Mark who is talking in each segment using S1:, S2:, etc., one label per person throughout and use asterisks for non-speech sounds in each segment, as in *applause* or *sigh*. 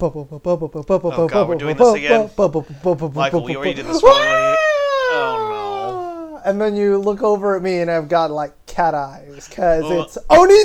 S1: Oh God, we're doing this again. Michael, we already did this one.
S2: *laughs*
S1: Oh
S2: And then you look over at me, and I've got like cat eyes because
S1: Well-
S2: it's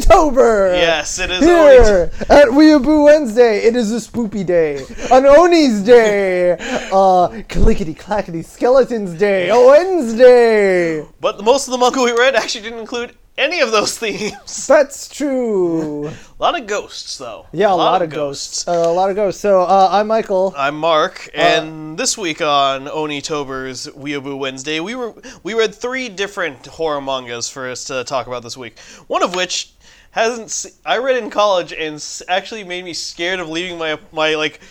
S2: Onitober.
S1: Yes, it is
S2: Here at Weeaboo Wednesday, it is a spoopy day, an Oni's day,
S1: *laughs*
S2: uh, clickety clackety skeletons day, a Wednesday.
S1: no! But most of the manga we read actually didn't include any of those themes. *laughs*
S2: That's true.
S1: A lot of ghosts, though.
S2: Yeah, a, lot, of ghosts. Uh, a lot of ghosts. So uh, I'm Michael.
S1: I'm Mark, and this week on Onitober's Weeaboo Wednesday, we were we read three different horror mangas for us to talk about this week. One of which hasn't s- I read in college and s- actually made me scared of leaving my my like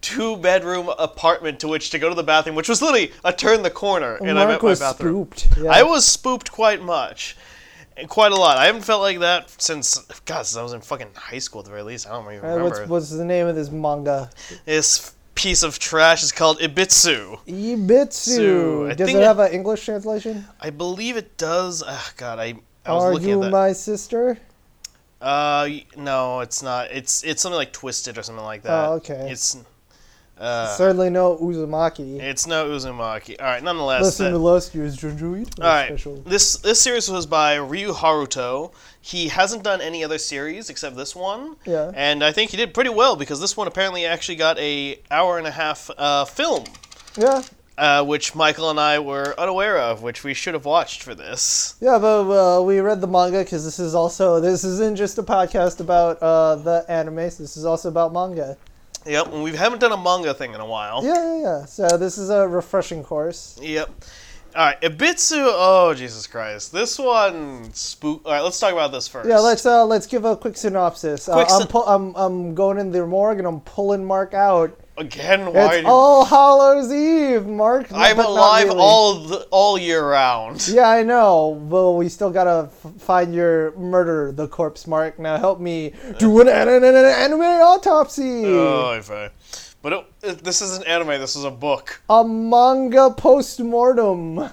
S1: two bedroom apartment to which to go to the bathroom, which was literally a turn the corner, and I'm
S2: Mark
S1: at my
S2: was
S1: bathroom.
S2: spooped. Yeah.
S1: I was spooped quite much. and Quite a lot. I haven't felt like that since, God, since I was in fucking high school at the very least. I don't even
S2: Uh,
S1: remember.
S2: what's, what's the name of this manga?
S1: This piece of trash is called Ibitsu. Sue, I
S2: Ibitsu. Does
S1: think
S2: it
S1: that-
S2: have an English translation?
S1: I believe it does. Ah, God, I, I was
S2: Are
S1: looking
S2: you
S1: at that.
S2: my sister?
S1: uh, y- no, it's not. It's it's something like twisted or something like that.
S2: Oh, okay.
S1: It's uh,
S2: Certainly no Uzumaki.
S1: it's no Uzumaki. All right, nonetheless.
S2: Listen
S1: that-
S2: to last year's Junju Ito
S1: all right,
S2: special.
S1: this this series was by Ryu Haruto. He hasn't done any other series except this one.
S2: Yeah.
S1: And I think he did pretty well because this one apparently actually got a hour and a half uh, film,
S2: Yeah,
S1: uh, which Michael and I were unaware of, which we should have watched for this.
S2: yeah, but uh, we read the manga because this is also this isn't just a podcast about uh, the anime. This is also about manga.
S1: Yep, and we haven't done a manga thing in a while.
S2: Yeah, yeah, yeah. So this is a refreshing course.
S1: Yep. All right, Ibitsu. Oh Jesus Christ! This one spook. All right, let's talk about this first.
S2: Yeah, let's uh, let's give a quick synopsis.
S1: Quick
S2: uh,
S1: syn-
S2: I'm, pu- I'm I'm going in the morgue and I'm pulling Mark out.
S1: again. Why?
S2: It's
S1: do-
S2: All Hallows Eve, Mark.
S1: I'm
S2: but not
S1: alive
S2: really.
S1: all the, all year round.
S2: Yeah, I know. Well, we still gotta f- find your murderer, the corpse, Mark. Now help me do an, an, an, an anime autopsy.
S1: *laughs* Oh, if I. But it, it- this isn't anime. This is a book.
S2: a manga postmortem. A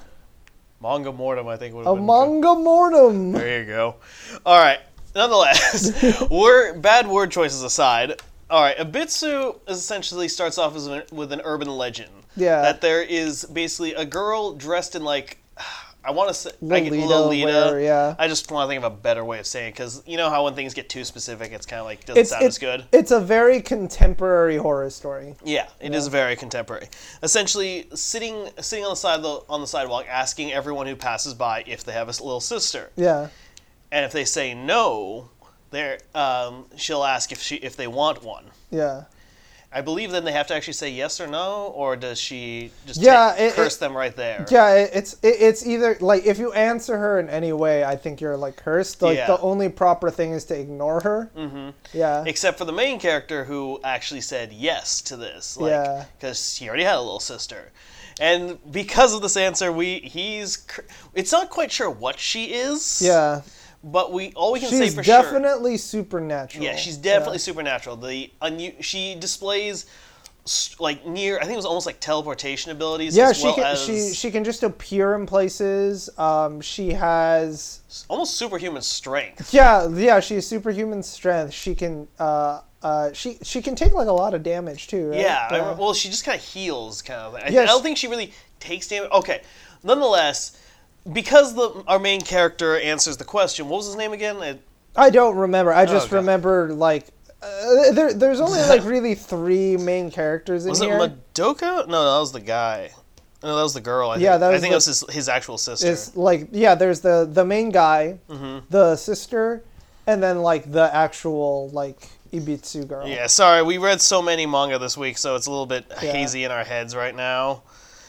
S1: Manga Mortem, I think would have been. good.
S2: manga mortem.
S1: There you go. All right.
S2: *laughs*
S1: Nonetheless, we're bad word choices aside. All right, Ibitsu is essentially starts off as an, with an urban legend.
S2: Yeah.
S1: That there is basically a girl dressed in like I want to say
S2: Lolita
S1: I, Lolita.
S2: wear, yeah.
S1: I just want to think of a better way of saying it because you know how when things get too specific, it's kind of like doesn't
S2: It's
S1: sound
S2: it's
S1: as good.
S2: It's a very contemporary horror story.
S1: Yeah, it is very contemporary. Essentially, sitting sitting on the side of the, on the sidewalk, asking everyone who passes by if they have a s- little sister.
S2: Yeah.
S1: and if they say no, there um, she'll ask if she if they want one.
S2: Yeah.
S1: I believe then they have to actually say yes or no, or does she just
S2: Yeah,
S1: ta-
S2: it-
S1: curse
S2: it-
S1: them right there?
S2: Yeah, it, it's it, it's either like if you answer her in any way, I think you're like cursed. Like
S1: Yeah.
S2: the only proper thing is to ignore her. Mm-hmm. Yeah.
S1: Except for the main character who actually said yes to this,
S2: Yeah.
S1: like because she already had a little sister, and because of this answer, we he's cr- it's not quite sure what she is.
S2: yeah.
S1: but we all we can say
S2: She's
S1: for sure.
S2: definitely supernatural.
S1: Yeah, she's definitely supernatural. The unu- she displays s- like near I think it was almost like teleportation abilities
S2: Yeah,
S1: as
S2: she
S1: well
S2: can
S1: as
S2: she she can just appear in places. Um, she has
S1: almost superhuman strength.
S2: yeah yeah she has superhuman strength. She can uh uh she she can take like a lot of damage too. Right?
S1: Yeah, I remember- well she just kind of heals kind of thing. I,
S2: Yeah,
S1: I don't
S2: she-
S1: think she really takes damage. Okay. Nonetheless, because the our main character answers the question, what was his name again? It-
S2: I don't remember. I just
S1: Okay.
S2: remember like uh, there there's
S1: *laughs*
S2: only like really three main characters in
S1: was
S2: here.
S1: it Madoka? No, that was the guy. No, that was the girl. I
S2: Yeah,
S1: think.
S2: that
S1: I
S2: was
S1: think
S2: the-
S1: that was his, his actual sister.
S2: It's like yeah, there's the the main guy,
S1: Mm-hmm.
S2: the sister, and then like the actual like Ibitsu girl.
S1: Yeah, sorry, we read so many manga this week, so it's a little bit
S2: Yeah.
S1: hazy in our heads right now.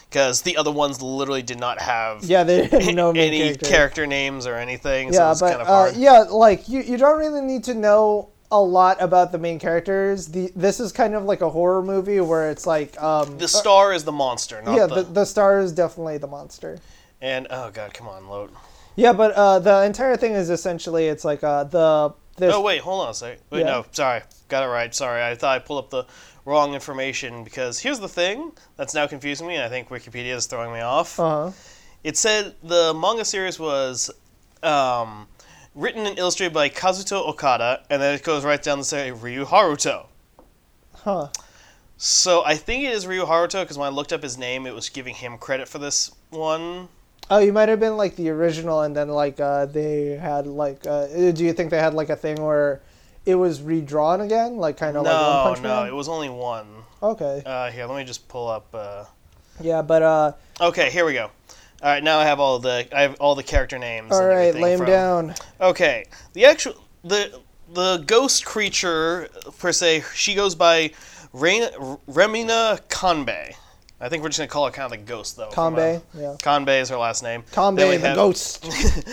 S1: Because the other ones literally did not have
S2: Yeah, they
S1: *laughs*
S2: didn't know main
S1: any
S2: character.
S1: character. names or anything, so
S2: yeah,
S1: it's
S2: but
S1: kind of
S2: uh,
S1: hard.
S2: yeah, like you, you don't really need to know a lot about the main characters. The this is kind of like a horror movie where it's like um
S1: The star is the monster, not
S2: yeah,
S1: the,
S2: the, the star is definitely the monster.
S1: And, oh god, come on, load.
S2: Yeah, but uh, the entire thing is essentially it's like uh, the this
S1: Oh, wait, hold on a second. Wait,
S2: Yeah.
S1: no, sorry. Got it right, sorry. I thought I pulled up the wrong information, because here's the thing that's now confusing me, and I think Wikipedia is throwing me off.
S2: uh-huh.
S1: It said the manga series was um, written and illustrated by Kazuto Okada, and then it goes right down to say Ryu Haruto.
S2: huh.
S1: So I think it is Ryu Haruto because when I looked up his name, it was giving him credit for this one.
S2: Oh, you might have been like the original, and then like uh, they had like. Uh, do you think they had like a thing where it was redrawn again, like kind of like One
S1: No,
S2: Punch
S1: no,
S2: Man?
S1: it was only one.
S2: Okay.
S1: Uh, here, let me just pull up. Uh...
S2: Yeah, but uh,
S1: Okay, here we go. All right, now I have all the I have all the character names.
S2: all
S1: and
S2: right,
S1: everything
S2: lay him
S1: from-
S2: down.
S1: Okay, the actual the the ghost creature per se, she goes by Reina, Remina Kanbe. I think we're just gonna call her kind of the ghost though. from
S2: Kanbe,
S1: a-
S2: yeah.
S1: Kanbe is her last name.
S2: Tom
S1: Then we
S2: Bay, the
S1: have-
S2: ghost. *laughs*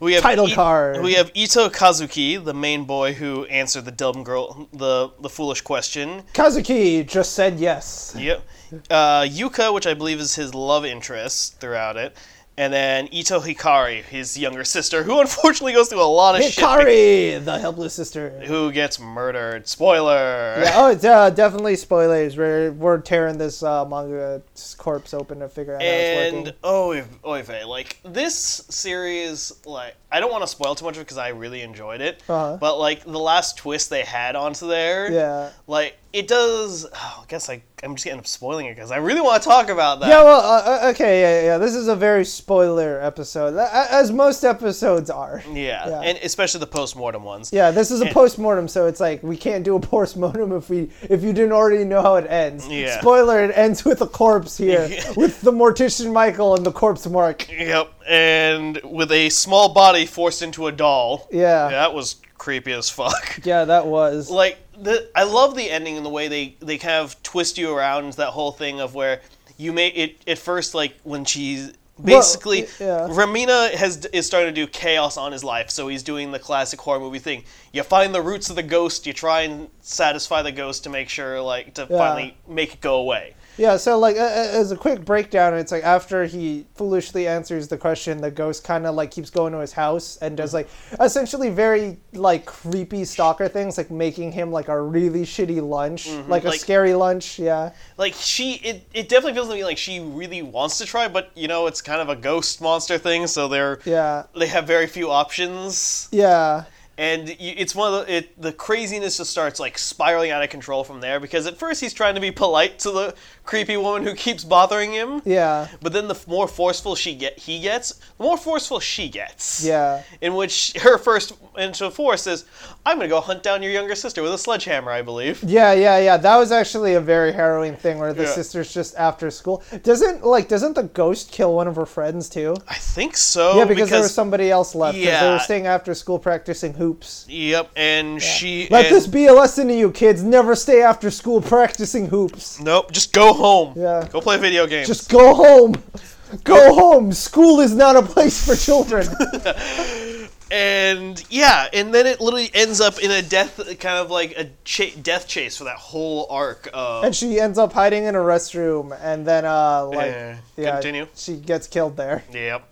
S1: We have
S2: Title card.
S1: We have Ito Kazuki, the main boy who answered the dumb girl, the the foolish question.
S2: Kazuki just said yes.
S1: Yep. Uh, Yuka, which I believe is his love interest throughout it, and then Ito Hikari, his younger sister, who unfortunately goes through a lot of shit. be-
S2: Hikari, the helpless sister.
S1: Who gets murdered? Spoiler.
S2: Yeah, oh, it's, uh, definitely spoilers. We're, we're tearing this uh, manga corpse open to figure out how it's
S1: And
S2: working.
S1: oh, Oive, like this series, like I don't want to spoil too much of it because I really enjoyed it.
S2: Uh-huh.
S1: But like the last twist they had onto there,
S2: Yeah.
S1: like it does. Oh, I guess I, I'm just getting up spoiling it because I really want to talk about that.
S2: Yeah, well, uh, uh, okay, yeah, yeah. This is a very spoiler episode, a- a- as most episodes are.
S1: Yeah,
S2: Yeah.
S1: and especially the post-mortem ones.
S2: Yeah, this is a
S1: And-
S2: postmortem, so it's like we can't do a *laughs* postmortem if we if you didn't already know how it ends.
S1: Yeah.
S2: Spoiler: it ends with a corpse
S1: *laughs*
S2: here, with the mortician Michael and the corpse Mark.
S1: Yep, and with a small body forced into a doll.
S2: Yeah.
S1: That was creepy as fuck.
S2: Yeah, that was.
S1: Like the I love the ending and the way they they kind of twist you around into that whole thing of where you may it at first like when she's basically
S2: y- yeah.
S1: Ramina has is starting to do chaos on his life, so he's doing the classic horror movie thing. You find the roots of the ghost, you try and satisfy the ghost to make sure like to
S2: Yeah.
S1: finally make it go away.
S2: Yeah, so like a- a- as a quick breakdown, it's like after he foolishly answers the question, the ghost kind of like keeps going to his house and does like essentially very like creepy stalker things, like making him like a really shitty lunch, like a
S1: like-
S2: scary lunch. Yeah,
S1: like she it, it definitely feels to me like she really wants to try but you know it's kind of a ghost monster thing so they're
S2: yeah,
S1: they have very few options
S2: yeah,
S1: and you, it's one of the it, the craziness just starts like spiraling out of control from there because at first he's trying to be polite to the creepy woman who keeps bothering him
S2: yeah,
S1: but then the f- more forceful she get he gets the more forceful she gets
S2: yeah.
S1: in which her first into force is i'm gonna go hunt down your younger sister with a sledgehammer i believe
S2: Yeah, yeah, yeah. That was actually a very harrowing thing where the
S1: Yeah.
S2: sister's just after school. Doesn't like doesn't the ghost kill one of her friends too?
S1: i think so
S2: yeah, because, there was somebody else left. 'cause they
S1: Oh, yeah.
S2: were staying after school practicing hoops.
S1: Yep, and she.
S2: Let
S1: and-
S2: this be a lesson to you kids. Never stay after school practicing hoops.
S1: Nope, just go home.
S2: Yeah.
S1: Go play video games.
S2: Just go home. Go home. School is not a place for
S1: *laughs*
S2: children.
S1: and yeah, and then it literally ends up in a death, kind of like a cha- death chase for that whole arc of.
S2: and she ends up hiding in a restroom and then uh like
S1: Yeah,
S2: yeah,
S1: continue.
S2: she gets killed there. *laughs*
S1: Yep.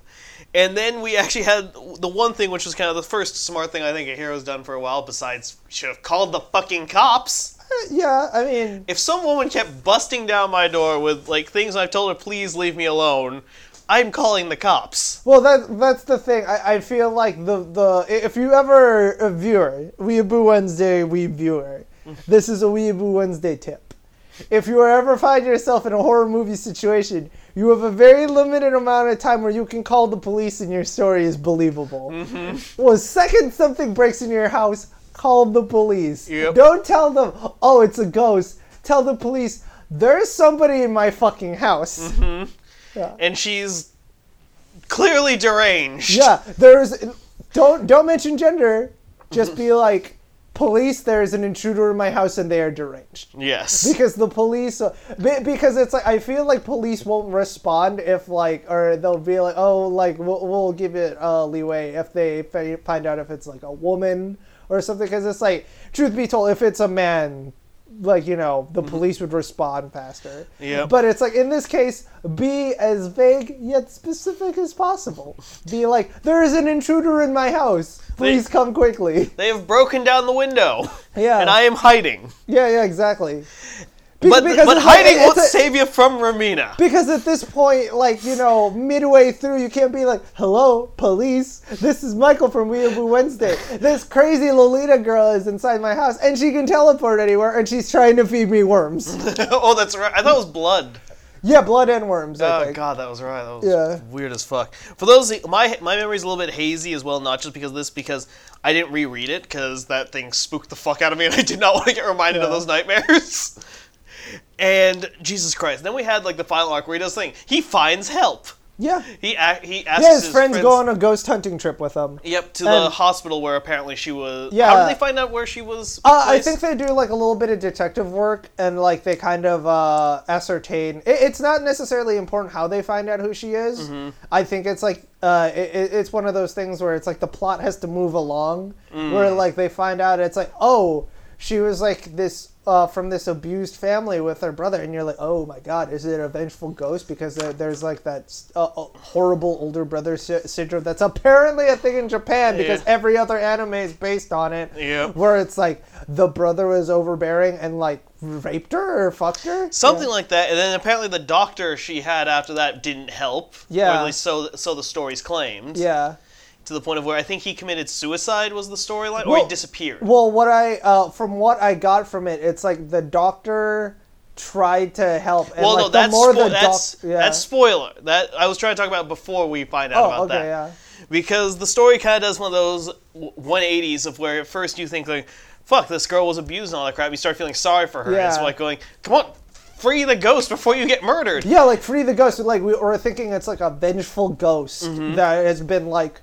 S1: And then we actually had the one thing, which was kind of the first smart thing I think a hero's done for a while, besides should have called the fucking cops.
S2: Uh, Yeah, I mean
S1: If some woman kept busting down my door with like things I've told her, please leave me alone, I'm calling the cops.
S2: Well, that that's the thing. I, I feel like the the if you ever a viewer Weeaboo Wednesday Weeb viewer, this is a Weeaboo Wednesday tip. If you ever find yourself in a horror movie situation, you have a very limited amount of time where you can call the police and your story is believable. Well, second something breaks into your house, call the police.
S1: Yep.
S2: Don't tell them, oh, it's a ghost. Tell the police, there's somebody in my fucking house.
S1: and she's clearly deranged.
S2: Yeah, there's don't don't mention gender. Just be like, police. There is an intruder in my house, and they are deranged.
S1: Yes.
S2: *laughs* Because the police, be- because it's like I feel like police won't respond if like, or they'll be like, oh, like we'll, we'll give it uh, leeway if they fi- find out if it's like a woman or something. Because it's like, truth be told, if it's a man, like you know, the police would respond faster.
S1: Mm-hmm. Yep.
S2: But it's like in this case, be as vague yet specific as possible. Be like, there is an intruder in my house. Please come quickly.
S1: They have broken down the window.
S2: Yeah.
S1: And I am hiding.
S2: Yeah, yeah, exactly. Be-
S1: But,
S2: because
S1: but
S2: it's like-
S1: hiding
S2: it's
S1: won't
S2: a-
S1: save you from Ramina.
S2: Because at this point, like, you know, midway through, you can't be like, hello, police. This is Michael from Weeaboo Wednesday. This crazy Lolita girl is inside my house, and she can teleport anywhere, and she's trying to feed me
S1: *laughs*
S2: worms.
S1: *laughs* oh, that's right. I thought it was blood.
S2: yeah, blood and worms, I
S1: Oh
S2: think.
S1: god, that was right. That was
S2: Yeah.
S1: weird as fuck. For those, my my memory's a little bit hazy as well, not just because of this, because I didn't reread it because that thing spooked the fuck out of me, *laughs* and I did not want to get reminded of
S2: Yeah.
S1: those nightmares. *laughs* and Jesus Christ, then we had like the final arc where he does the thing. He finds help.
S2: Yeah.
S1: He a- he asks
S2: Yeah,
S1: his,
S2: his friends go on a ghost hunting trip with them.
S1: Yep, to the
S2: and-
S1: hospital where apparently she was.
S2: Yeah.
S1: How did they find out where she was?
S2: Uh, I
S1: placed?
S2: think they do like a little bit of detective work and like they kind of uh, ascertain. It, it's not necessarily important how they find out who she is.
S1: Mm-hmm.
S2: I think it's like uh, it, it- it's one of those things where it's like the plot has to move along,
S1: Mm.
S2: where like they find out it's like oh she was like this uh, from this abused family with her brother, and you're like oh my god is it a vengeful ghost because there, there's like that uh, uh, horrible older brother sy- syndrome that's apparently a thing in Japan because
S1: Yeah.
S2: every other anime is based on it
S1: Yep.
S2: where it's like the brother was overbearing and like raped her or fucked her.
S1: something like that. And then apparently the doctor she had after that didn't help. Or
S2: Yeah.
S1: at least so so the story's claimed.
S2: Yeah.
S1: To the point of where I think he committed suicide was the storyline, or
S2: Well-
S1: he disappeared.
S2: Well, what I uh, from what I got from it, it's like the doctor tried to help. And
S1: well,
S2: like,
S1: no,
S2: the
S1: that's
S2: more
S1: spo-
S2: the doc-
S1: that's
S2: yeah.
S1: that's spoiler. That I was trying to talk about before we find out
S2: Oh,
S1: about
S2: okay,
S1: that.
S2: yeah.
S1: Because the story kind of does one of those w- 180s of where at first you think like, "Fuck, this girl was abused and all that crap." You start feeling sorry for her. It's
S2: Yeah.
S1: like going, "Come on, free the ghost before you get murdered."
S2: Yeah, like free the ghost. Like we were thinking, it's like a vengeful ghost
S1: Mm-hmm.
S2: that has been like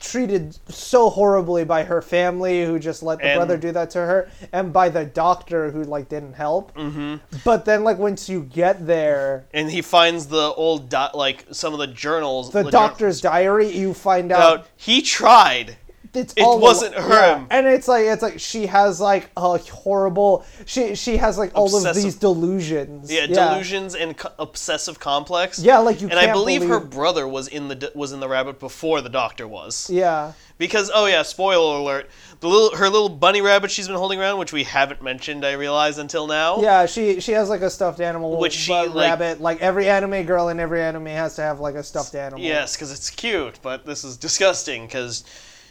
S2: treated so horribly by her family, who just let the
S1: And-
S2: brother do that to her, and by the doctor who like didn't help. Mm-hmm. But then, like once you get there,
S1: And he finds the old di- like some of the journals.
S2: the
S1: jour-
S2: doctor's diary, you find out
S1: out. He tried.
S2: it's
S1: It
S2: all a li-
S1: wasn't her.
S2: and it's like it's like she has like a horrible. She she has like all of
S1: Obsessive-
S2: these delusions.
S1: Yeah, delusions and co- obsessive complex.
S2: Yeah, like, you
S1: And I
S2: can't
S1: believe, her
S2: believe-
S1: brother was in the d- was in the rabbit before the doctor was.
S2: Yeah.
S1: Because oh yeah, spoiler alert, the little her little bunny rabbit she's been holding around, which we haven't mentioned, I realize until now.
S2: Yeah, she she has like a stuffed animal,
S1: Which she,
S2: but
S1: like-
S2: rabbit. Like every anime girl in every anime has to have like a stuffed animal.
S1: Yes, because it's cute, but this is disgusting because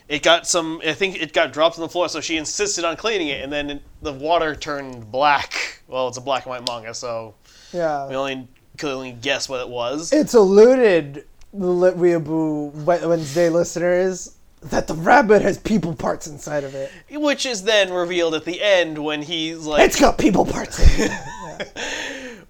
S1: it got some. I think it got dropped on the floor, so she insisted on cleaning it, and then it- the water turned black. Well, it's a black and white manga, so
S2: Yeah.
S1: we only could only guess what it was.
S2: it's alluded, Lit Weeaboo Wed- Wednesday listeners, that the rabbit has people parts inside of it.
S1: Which is then revealed at the end when he's like,
S2: It's got people parts. In it.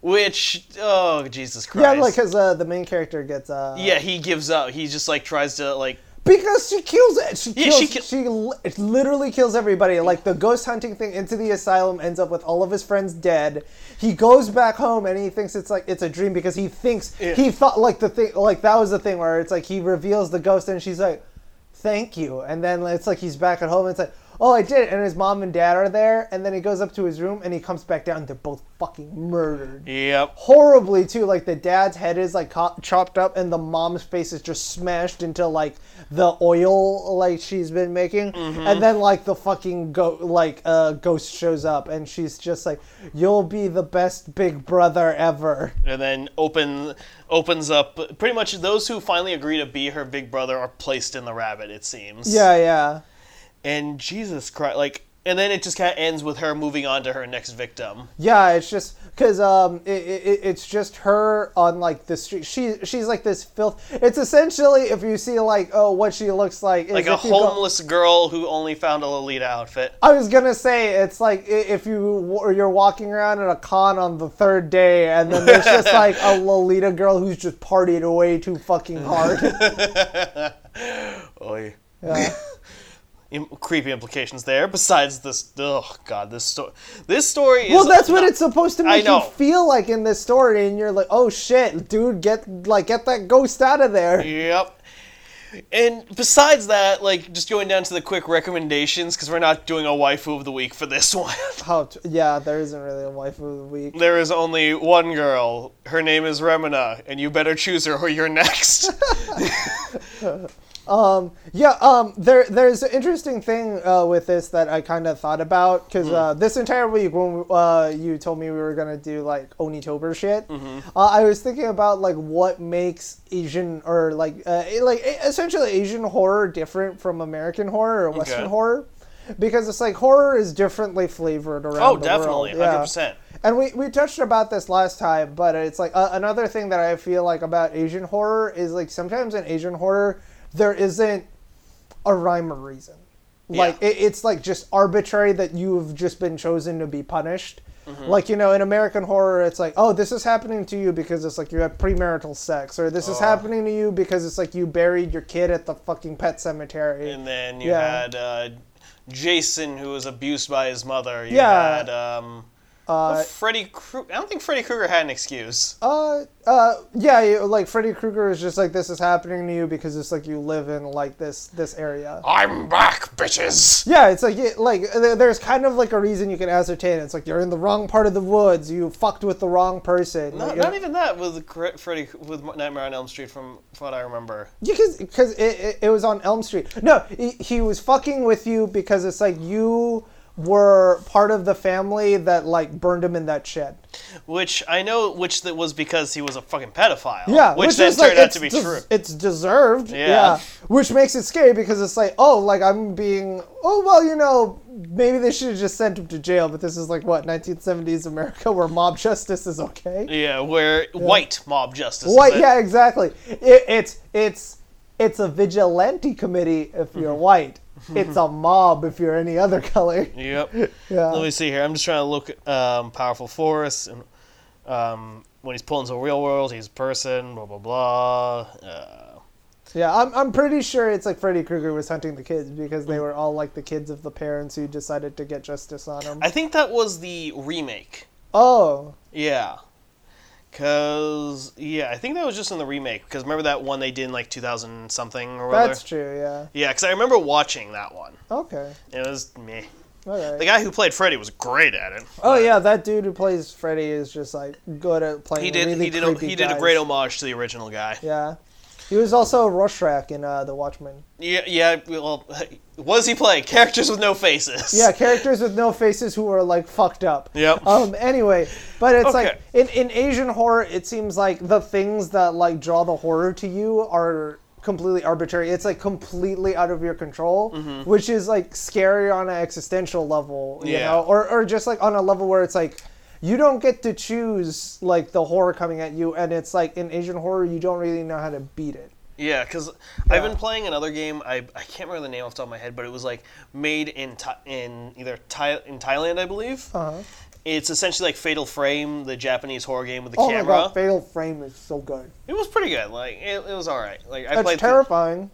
S1: which oh Jesus
S2: yeah,
S1: Christ!
S2: like because uh, the main character gets uh,
S1: yeah, he gives up. He just like tries to like
S2: Because she kills it. She
S1: Yeah,
S2: kills.
S1: she
S2: she,
S1: kill-
S2: li- literally kills everybody. Like the ghost hunting thing into the asylum ends up with all of his friends dead. He goes back home and he thinks it's like it's a dream because he thinks
S1: Yeah.
S2: he thought like the thing like that was the thing where it's like he reveals the ghost and she's like, "Thank you," and then it's like he's back at home and it's like. Oh, I did it, and his mom and dad are there, and then he goes up to his room and he comes back down. They're both fucking murdered
S1: yep.
S2: horribly too. Like the dad's head is like co- chopped up, and the mom's face is just smashed into like the oil like she's been making.
S1: Mm-hmm.
S2: And then like the fucking go like uh, ghost shows up, and she's just like, "You'll be the best big brother ever."
S1: and then open opens up pretty much those who finally agree to be her big brother are placed in the rabbit it seems
S2: Yeah, yeah.
S1: and jesus christ like and then it just kind of ends with her moving on to her next victim
S2: Yeah, it's just because um, it, it, it's just her on like the street. She she's like this filth. It's essentially if you see like oh what she looks like, is
S1: like a
S2: if you go-
S1: homeless girl who only found a lolita outfit
S2: I was gonna say it's like i- if you w- you're walking around at a con on the third day, and then there's
S1: *laughs*
S2: just like a Lolita girl who's just partied away too fucking
S1: *laughs*
S2: hard.
S1: Oy.
S2: Yeah.
S1: *laughs* Im- creepy implications there besides this oh god this story this story is
S2: Well, that's what it's supposed to
S1: I
S2: make
S1: know.
S2: you feel like in this story, and you're like, oh shit, dude, get like get that ghost out of there.
S1: Yep. And besides that, like just going down to the quick recommendations because we're not doing a waifu of the week for this *laughs* one.
S2: Oh t- yeah, there isn't really a wife of the week.
S1: There is only one girl.
S2: *laughs*
S1: Her name is Remina, and you better choose her or you're next.
S2: Um, yeah, um, there, there's an interesting thing uh, with this that I kind of thought about because
S1: Hmm.
S2: uh, this entire week when uh, you told me we were gonna do like Onitober shit,
S1: Mm-hmm.
S2: uh, I was thinking about like what makes Asian or like uh, eh, like eh, essentially Asian horror different from American horror or Western
S1: Okay.
S2: horror, because it's like horror is differently flavored around.
S1: Oh,
S2: the
S1: definitely,
S2: world. Yeah.
S1: hundred percent.
S2: And we, we touched about this last time, but it's like uh, another thing that I feel like about Asian horror is like sometimes in Asian horror there isn't a rhyme or reason. Like
S1: Yeah.
S2: it, it's like just arbitrary that you've just been chosen to be punished.
S1: Mm-hmm.
S2: Like you know, in American horror, it's like, oh, this is happening to you because it's like you had premarital sex, or this is happening to you because it's like you buried your kid at the fucking pet cemetery.
S1: And then you
S2: Yeah.
S1: had uh, Jason, who was abused by his mother. You
S2: Yeah.
S1: had um,
S2: Uh,
S1: well, Freddy. Kru- I don't think Freddy Krueger had an excuse.
S2: Uh, uh, yeah, you, like Freddy Krueger is just like this is happening to you because it's like you live in like this this area.
S1: I'm back, bitches.
S2: Yeah, it's like it, like there- there's kind of like a reason you can ascertain. It's like you're in the wrong part of the woods. You fucked with the wrong person.
S1: Not,
S2: like,
S1: not e- even that with Gre- Freddy with Nightmare on Elm Street, from what I remember.
S2: because because it, it, it was on Elm Street. No, he, he was fucking with you because it's like you were part of the family that like burned him in that shed.
S1: Which I know, which that was because he was a fucking pedophile.
S2: Yeah,
S1: which, then
S2: is, like,
S1: turned out
S2: it's
S1: to be
S2: des-
S1: true.
S2: It's deserved. Yeah.
S1: Yeah.
S2: which makes it scary because it's like, oh, like I'm being, oh well, you know, maybe they should have just sent him to jail. But this is like what 1970s America where mob *laughs* justice is okay.
S1: Yeah, where white mob justice.
S2: White,
S1: is it?
S2: yeah, exactly. It, it's it's it's a vigilante committee if you're
S1: Mm-hmm.
S2: white. It's
S1: *laughs*
S2: a mob if you're any other color.
S1: Yep.
S2: *laughs* Yeah.
S1: Let me see here. I'm just trying to look at, um, powerful force and um, when he's pulling to the real world, he's a person. Blah blah blah. Uh,
S2: Yeah, I'm, I'm pretty sure it's like Freddy Krueger was hunting the kids because
S1: Mm.
S2: they were all like the kids of the parents who decided to get justice on them.
S1: I think that was the remake.
S2: oh,
S1: Yeah. Cause yeah, I think that was just in the remake. Cause remember that one they did in like 2000 something or whatever.
S2: that's true. Yeah.
S1: Yeah, cause I remember watching that one.
S2: Okay.
S1: It was meh.
S2: All
S1: The
S2: right.
S1: guy who played Freddy was great at it.
S2: Oh yeah, that dude who plays Freddy is just like good at playing.
S1: He did.
S2: Really
S1: he did. A,
S2: creepy
S1: he did a
S2: guys.
S1: great homage to the original guy.
S2: Yeah, he was also Rorschach in uh, The Watchmen.
S1: Yeah, yeah. Well, *laughs* what does he play? Characters with no faces.
S2: Yeah, characters with no faces who are like fucked up.
S1: Yep.
S2: Um. Anyway, but it's
S1: Okay.
S2: like in in Asian horror, it seems like the things that like draw the horror to you are completely arbitrary. It's like completely out of your control,
S1: Mm-hmm.
S2: which is like scary on an existential level, you
S1: Yeah.
S2: know, or or just like on a level where it's like. You don't get to choose like the horror coming at you, and it's like in Asian horror, you don't really know how to beat it.
S1: *laughs* Yeah, because I've been playing another game. I, I can't remember the name off the top of my head, but it was like made in Tha- in either Thai, in Thailand, I believe.
S2: Uh-huh.
S1: It's essentially like Fatal Frame, the Japanese horror game with the
S2: Oh
S1: camera.
S2: my god, Fatal Frame is so good.
S1: It was pretty good. Like it, it was all right. Like I
S2: That's
S1: played through-
S2: terrifying.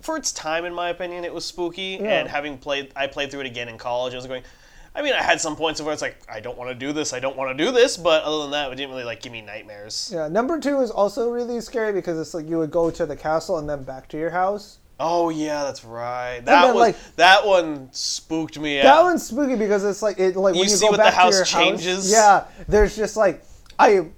S1: for its time, in my opinion, it was spooky.
S2: Yeah.
S1: And having played, I played through it again in college. I was going. I mean, I had some points of where it's like I don't want to do this. I don't want to do this. But other than that, it didn't really like give me nightmares.
S2: Yeah, number two is also really scary because it's like you would go to the castle and then back to your house.
S1: Oh yeah, that's right. That
S2: then,
S1: was
S2: like-
S1: that one spooked me out.
S2: That one's spooky because it's like it like
S1: You
S2: when you
S1: see
S2: go
S1: what the
S2: back
S1: house
S2: to your House,
S1: changes?
S2: yeah, there's just like I,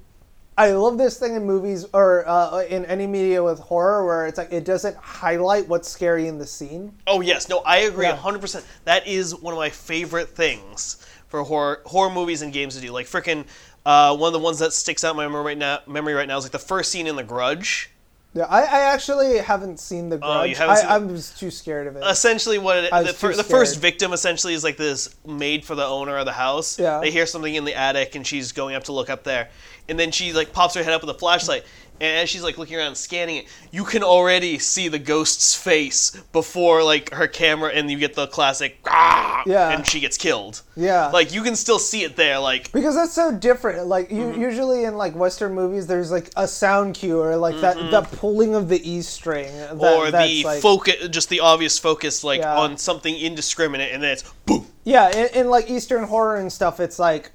S2: I love this thing in movies or uh, in any media with horror where it's like it doesn't highlight what's scary in the scene.
S1: Oh yes, no, I agree
S2: Yeah.
S1: hundred percent. That is one of my favorite things for horror horror movies and games to do. Like freaking uh, one of the ones that sticks out in my memory right now. Memory right now is like the first scene in The Grudge.
S2: Yeah, I, I actually haven't seen the
S1: Oh,
S2: grudge.
S1: you haven't
S2: I,
S1: seen-
S2: I'm just too scared of it.
S1: Essentially, what it,
S2: I was
S1: the,
S2: too
S1: fir- the first
S2: scared.
S1: victim essentially is like this maid for the owner of the house.
S2: Yeah.
S1: They hear something in the attic and she's going up to look up there, and then she like pops her head up with a flashlight. And as she's like looking around, and scanning it, you can already see the ghost's face before like her camera, and you get the classic ah,
S2: Yeah.
S1: and she gets killed.
S2: yeah,
S1: like you can still see it there like
S2: Because that's so different. Like you,
S1: Mm-hmm.
S2: usually in like Western movies, there's like a sound cue or like that the pulling of the E string. That,
S1: Mm-hmm. or
S2: that's,
S1: the
S2: like,
S1: focus just the obvious focus like
S2: Yeah.
S1: on something indiscriminate and then it's *laughs* boom
S2: Yeah, in, in like Eastern horror and stuff, it's like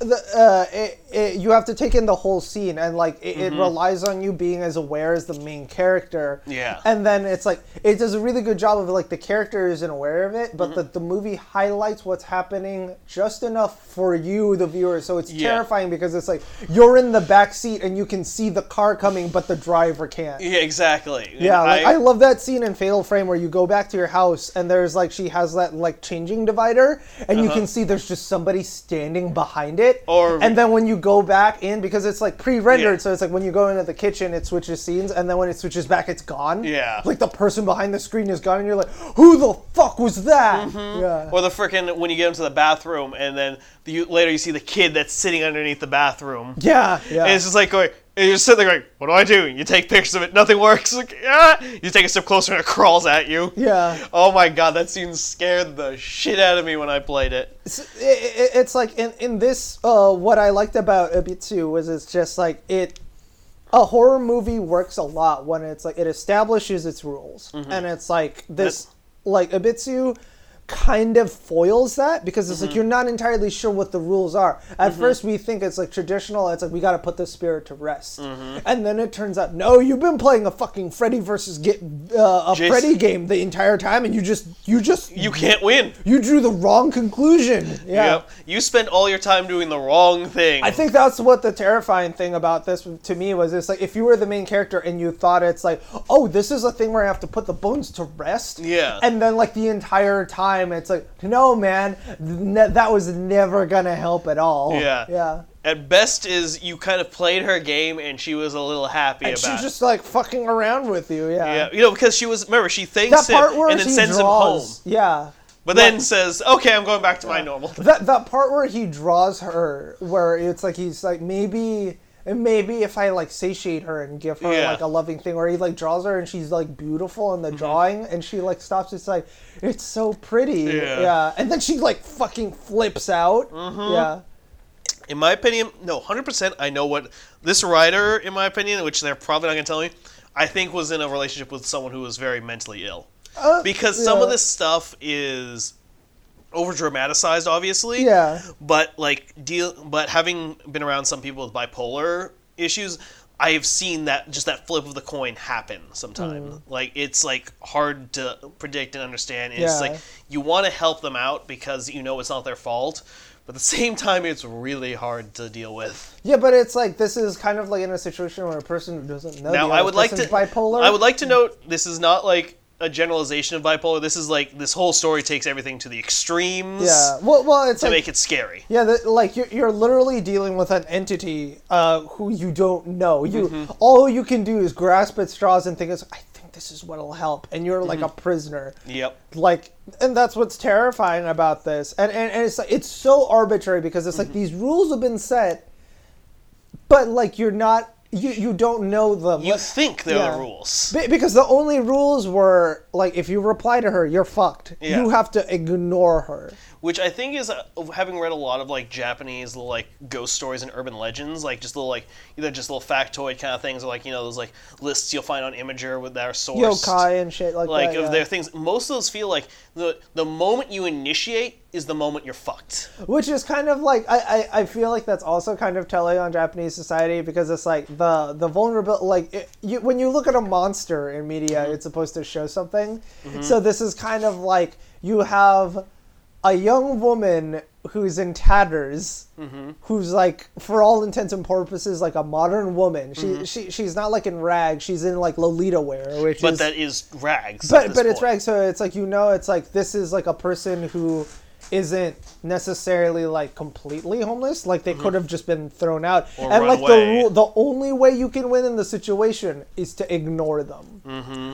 S2: the, uh, it, it, you have to take in the whole scene, and like it,
S1: Mm-hmm.
S2: it relies on you being as aware as the main character.
S1: Yeah.
S2: And then it's like it does a really good job of like the character isn't aware of it, but
S1: Mm-hmm.
S2: the, the movie highlights what's happening just enough for you, the viewer. So it's
S1: Yeah.
S2: terrifying because it's like you're in the back seat and you can see the car coming, but the driver can't.
S1: Yeah, exactly. And
S2: Yeah, like, I, love that scene in Fatal Frame where you go back to your house and there's like she has that like changing divider and you can see there's just somebody standing behind it.
S1: Uh-huh. Or-
S2: and then when you go back in because it's like pre-rendered,
S1: Yeah.
S2: so it's like when you go into the kitchen it switches scenes and then when it switches back it's gone.
S1: Yeah.
S2: like the person behind the screen is gone and you're like, who the fuck was that?
S1: Mm-hmm.
S2: Yeah.
S1: Or the frickin' when you get into the bathroom and then you, later you see the kid that's sitting underneath the bathroom.
S2: Yeah, yeah.
S1: And it's just like going, and you're sitting there going, what do I do? You take pictures of it, nothing works. Like, ah! You take a step closer and it crawls at you.
S2: Yeah.
S1: Oh my god, that scene scared the shit out of me when I played it.
S2: it's, it, it- it's like in, in this uh, what i liked about ibitsu was it's just like it a horror movie works a lot when it's like it establishes its rules and it's like this like ibitsu kind of foils that because it's like you're not entirely sure what the rules are at first we think it's like traditional it's like we got to put the spirit to rest and then it turns out no you've been playing a fucking freddy versus get uh, a
S1: Jason-
S2: freddy game the entire time and you just you just
S1: You can't win.
S2: you drew the wrong conclusion yeah
S1: Yep. You spend all your time doing the wrong thing.
S2: I think that's what the terrifying thing about this to me was. It's like if you were the main character and you thought it's like, oh, this is a thing where I have to put the bones to rest.
S1: Yeah.
S2: And then like the entire time, it's like, no, man, ne- that was never gonna help at all.
S1: Yeah.
S2: Yeah.
S1: At best is you kind of played her game and she was a little happy
S2: And
S1: about
S2: she's
S1: it.
S2: just like fucking around with you. Yeah.
S1: yeah, you know, because she was remember she thanks
S2: That part
S1: him
S2: where
S1: and then
S2: he
S1: sends
S2: draws.
S1: him home,
S2: Yeah.
S1: but then says, "Okay, I'm going back to my normal."
S2: That that part where he draws her, where it's like he's like maybe maybe if I like satiate her and give her
S1: Yeah. Mm-hmm.
S2: like a loving thing, where he like draws her and she's like beautiful in the drawing, and she like stops. It's like it's so pretty,
S1: Yeah. Mm-hmm.
S2: And then she like fucking flips out, yeah.
S1: In my opinion, no, hundred percent. I know what this writer, in my opinion, which they're probably not going to tell me, I think was in a relationship with someone who was very mentally ill,
S2: Uh,
S1: because some of
S2: yeah.
S1: this stuff is over dramatized, obviously.
S2: Yeah.
S1: But like deal, but having been around some people with bipolar issues, I have seen that just that flip of the coin happen sometime.
S2: Mm.
S1: Like it's like hard to predict and understand. and It's
S2: Yeah.
S1: like you want to help them out because you know it's not their fault, but at the *laughs* same time, it's really hard to deal with.
S2: Yeah, but it's like this is kind of like in a situation where a person who doesn't know
S1: Now,
S2: the
S1: I
S2: other
S1: would like to
S2: person's bipolar.
S1: I would like to note this is not like a generalization of bipolar. This is like this whole story takes everything to the extremes
S2: yeah. Well, well, it's
S1: to
S2: like
S1: make it scary.
S2: Yeah, the, like you're, you're literally dealing with an entity uh, who you don't know. You
S1: Mm-hmm.
S2: all you can do is grasp at straws and think, "Is I think this is what'll help," and you're like a
S1: Mm-hmm.
S2: prisoner.
S1: Yep.
S2: Like, and that's what's terrifying about this. And and, and it's it's so arbitrary because it's like
S1: Mm-hmm.
S2: these rules have been set, but like you're not you you don't know them.
S1: You
S2: Like,
S1: think they're
S2: yeah.
S1: the rules.
S2: be- because the only rules were like if you reply to her, you're fucked.
S1: Yeah.
S2: You have to ignore her.
S1: which I think is uh, having read a lot of like Japanese little, like ghost stories and urban legends, like just little like either just little factoid kind of things, or like you know those like lists you'll find on Imager with their source,
S2: Yokai and shit like,
S1: like
S2: that.
S1: of
S2: yeah.
S1: their things. Most of those feel like the the moment you initiate is the moment you're fucked.
S2: which is kind of like I, I, I feel like that's also kind of telling on Japanese society because it's like the the vulnerable like it, you, when you look at a monster in media
S1: Mm-hmm.
S2: it's supposed to show something so this is kind of like you have a young woman who's in tatters
S1: Mm-hmm.
S2: who's like for all intents and purposes like a modern woman she,
S1: Mm-hmm.
S2: she she's not like in rags she's in like Lolita wear which
S1: But
S2: is
S1: that is rags. at
S2: but
S1: this
S2: but it's
S1: point.
S2: right so it's like you know it's like this is like a person who isn't necessarily like completely homeless like they could have just been thrown out
S1: Mm-hmm. Or
S2: and
S1: run
S2: like the
S1: away.
S2: rule the only way you can win in the situation is to ignore them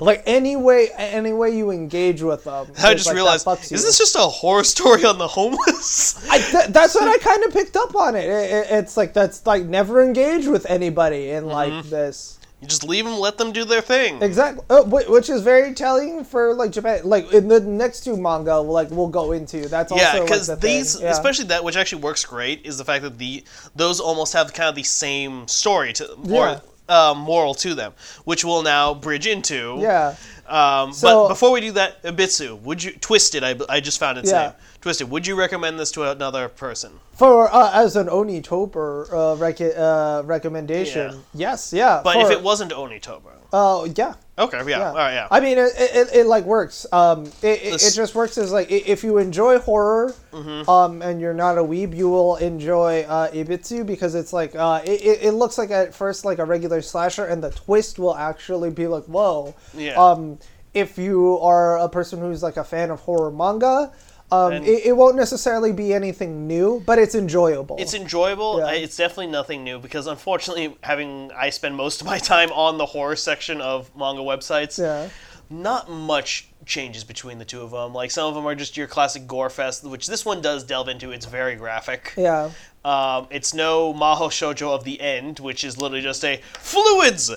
S2: like any way any way you engage with them
S1: Mm-hmm. I
S2: is,
S1: just
S2: like, that
S1: realized
S2: fucks
S1: is
S2: you.
S1: this just a horror *laughs* story on the homeless?
S2: I, th- that's
S1: *laughs*
S2: what I kind of picked up on it. It, it it's like that's like never engage with anybody in like
S1: Mm-hmm.
S2: this
S1: you just leave them, let them do their thing.
S2: Exactly, uh, whi- which is very telling for like Japan. Like in the next two manga, like we'll go into. That's also
S1: Yeah,
S2: like,
S1: because
S2: the thing.
S1: these,
S2: Yeah.
S1: especially that, which actually works great, is the fact that the those almost have kind of the same story to or
S2: Yeah.
S1: uh, moral to them, which we'll now bridge into.
S2: Yeah.
S1: Um,
S2: So-
S1: but before we do that, Ibitsu, would you Twisted? I, I just found its
S2: Yeah.
S1: name. Twisted. Would you recommend this to another person?
S2: For uh, as an Oni Toper uh, rec- uh, recommendation, yes, yeah.
S1: But
S2: for,
S1: if it wasn't Onitobo,
S2: uh, yeah,
S1: okay, yeah,
S2: yeah.
S1: all right, yeah.
S2: I mean, it, it, it, it like works. Um, it, it,
S1: This- Mm-hmm.
S2: it just works as like i- if you enjoy horror, um, and you're not a weeb, you will enjoy uh, Ibitsu because it's like uh, it, it, it looks like at first like a regular slasher, and the twist will actually be like whoa.
S1: Yeah.
S2: Um, if you are a person who's like a fan of horror manga. Um,
S1: And-
S2: it, it won't necessarily be anything new, but it's enjoyable.
S1: It's enjoyable.
S2: Yeah.
S1: I, it's definitely nothing new because, unfortunately, having I spend most of my time on the horror section of manga websites,
S2: Yeah.
S1: not much changes between the two of them. Like some of them are just your classic gore fest, which this one does delve into. It's very graphic.
S2: Yeah.
S1: Um, it's no Maho Shoujo of the End, which is literally just a fluids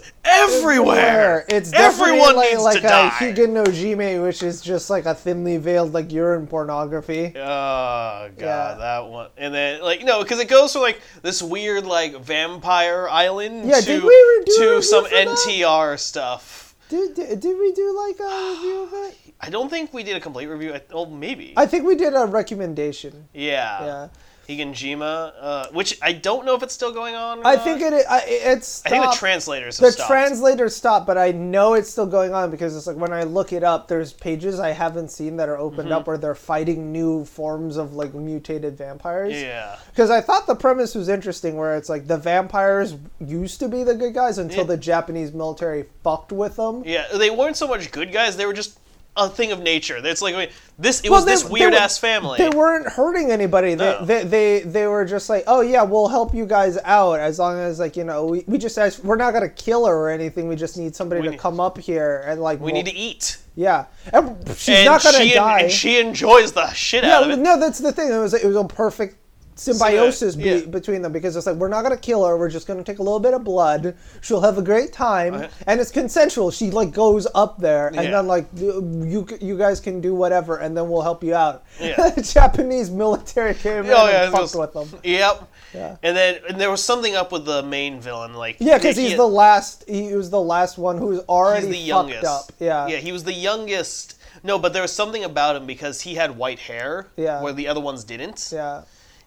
S1: everywhere.
S2: It's definitely
S1: everyone
S2: like,
S1: needs
S2: like
S1: to
S2: a
S1: die.
S2: Higen no Jime, which is just like a thinly veiled like urine pornography.
S1: Oh god,
S2: Yeah.
S1: that one. And then like no, because it goes from like this weird like vampire island
S2: Yeah,
S1: to
S2: did we do a
S1: to
S2: review
S1: some
S2: for that?
S1: NTR stuff.
S2: Did, did, did we do like a review of it?
S1: I don't think we did a complete review. I, oh, maybe.
S2: I think we did a recommendation.
S1: yeah.
S2: Yeah.
S1: Higanjima, uh, which I don't know if it's still going on. or
S2: I
S1: not.
S2: think it I, it's
S1: I think the
S2: stopped.
S1: translators have
S2: the
S1: stopped.
S2: translator stopped, but I know it's still going on because it's like when I look it up, there's pages I haven't seen that are opened
S1: Mm-hmm.
S2: up where they're fighting new forms of like mutated vampires.
S1: yeah.
S2: Because I thought the premise was interesting, where it's like the vampires used to be the good guys until
S1: Yeah.
S2: the Japanese military fucked with them.
S1: Yeah, they weren't so much good guys. They were just a thing of nature. It's like I mean, this. It was
S2: they-
S1: this
S2: they
S1: weird
S2: were-
S1: ass family. Oh.
S2: They weren't hurting anybody. They,
S1: No.
S2: they, they they were just like, oh yeah, we'll help you guys out as long as like you know we, we just ask, we're not gonna kill her or anything. We just need somebody
S1: We
S2: to
S1: need-
S2: come up here and like
S1: we need to eat.
S2: yeah. And she's
S1: and
S2: not gonna
S1: she en-
S2: die.
S1: and she enjoys the shit out of
S2: yeah,
S1: it.
S2: no, that's the thing. It was it was a perfect symbiosis be,
S1: yeah.
S2: between them because it's like we're not gonna kill her. We're just gonna take a little bit of blood. She'll have a great time,
S1: Okay.
S2: and it's consensual. She like goes up there, and
S1: Uh-huh. Yeah.
S2: then like you c- you guys can do whatever, and then we'll help you out.
S1: Yeah.
S2: the *laughs* Japanese military came in
S1: Oh, yeah,
S2: and fucked
S1: those-
S2: with them.
S1: Yep.
S2: Yeah.
S1: And then and there was something up with the main villain, like
S2: Yeah, because
S1: he-
S2: he's the last. He was the last one who's already
S1: he's the
S2: fucked
S1: youngest.
S2: up. Yeah.
S1: Yeah, he was the youngest. No, but there was something about him because he had white hair,
S2: Yeah.
S1: where the other ones didn't.
S2: yeah.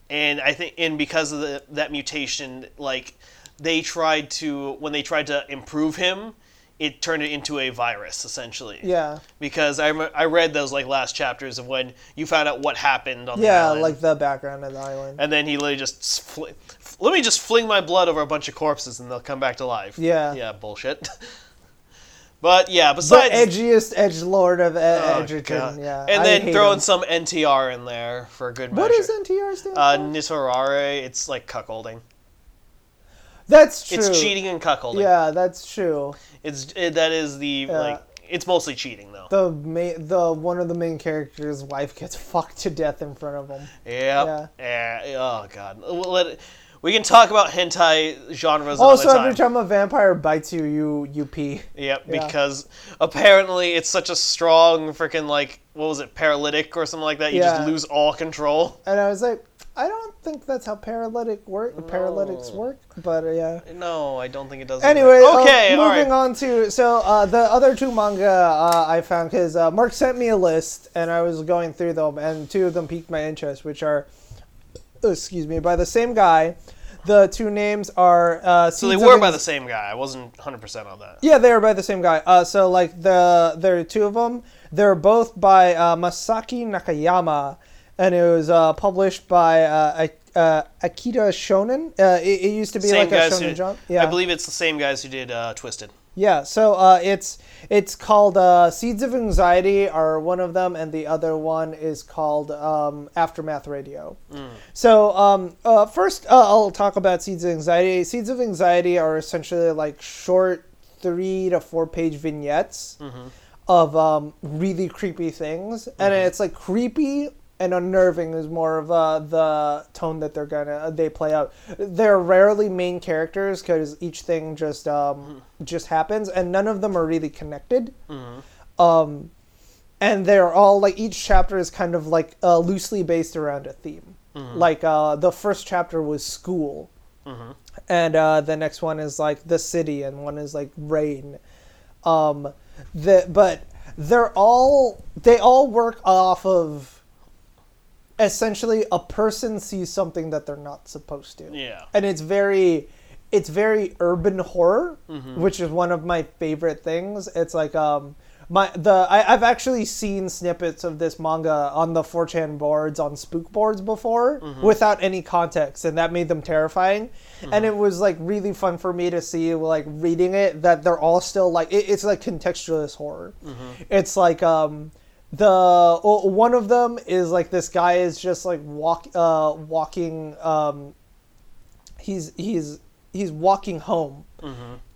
S1: and I think and because of the, that mutation, like they tried to when they tried to improve him, it turned it into a virus essentially.
S2: Yeah.
S1: Because I rem- I read those like last chapters of when you found out what happened on the
S2: Yeah,
S1: island.
S2: like the background of the island.
S1: and then he literally just s- fl- f- let me just fling my blood over a bunch of corpses and they'll come back to life.
S2: Yeah.
S1: Yeah, bullshit. *laughs* but yeah,
S2: The
S1: besides
S2: edgiest edge lord of e-
S1: Oh,
S2: Edgerton,
S1: God.
S2: yeah.
S1: And
S2: I
S1: then
S2: hate
S1: throwing
S2: him.
S1: some NTR in there for good measure.
S2: What does NTR stand
S1: uh,
S2: for?
S1: Nitorare? It's like cuckolding.
S2: that's true.
S1: It's cheating and cuckolding.
S2: Yeah, that's true.
S1: It's it, that is the
S2: Yeah.
S1: like it's mostly cheating though.
S2: The ma- the one of the main characters' wife gets *laughs* fucked to death in front of him.
S1: Yeah. Oh god. We'll let it- we can talk about hentai genres
S2: Also,
S1: another
S2: every
S1: time.
S2: time a vampire bites you, you you pee.
S1: Yep,
S2: Yeah.
S1: because apparently it's such a strong freaking like what was it paralytic or something like that. You
S2: Yeah.
S1: just lose all control.
S2: And I was like, I don't think that's how paralytic work
S1: Oh.
S2: paralytics work, but uh, yeah.
S1: No, I don't think it does. either.
S2: Anyway, uh,
S1: okay, all right.
S2: moving on to so uh, the other two manga uh, I found because uh, Mark sent me a list and I was going through them and two of them piqued my interest, which are oh, excuse me by the same guy. The two names are uh,
S1: So they were by the same guy. I wasn't 100% on that.
S2: yeah they are by the same guy. Uh, so like the there are two of them. They're both by uh, Masaki Nakayama, and it was uh, published by uh, A- uh, Akita Shonen. Uh, it, it used to be
S1: Same
S2: like a
S1: guys
S2: Shonen
S1: who,
S2: Jump.
S1: I believe it's the same guys who did uh, Twisted.
S2: Yeah, so uh, it's it's called uh, Seeds of Anxiety are one of them, and the other one is called um, Aftermath Radio. So um, uh, first, uh, I'll talk about Seeds of Anxiety. Seeds of Anxiety are essentially like short three to four page vignettes of um, really creepy things, and it's like creepy and unnerving is more of uh, the tone that they're gonna uh, they play out. They're rarely main characters because each thing just um, just happens, and none of them are really connected. Um, and they're all like each chapter is kind of like uh, loosely based around a theme. Like uh, the first chapter was school, and uh, the next one is like the city, and one is like rain. Um, the but they're all they all work off of essentially a person sees something that they're not supposed to.
S1: Yeah.
S2: And it's very it's very urban horror, which is one of my favorite things. It's like um my the I, I've actually seen snippets of this manga on the 4chan boards on spook boards before without any context and that made them terrifying. And it was like really fun for me to see like reading it that they're all still like it, it's like contextualist horror. It's like um the o- one of them is like this guy is just like walk uh walking um he's he's he's walking home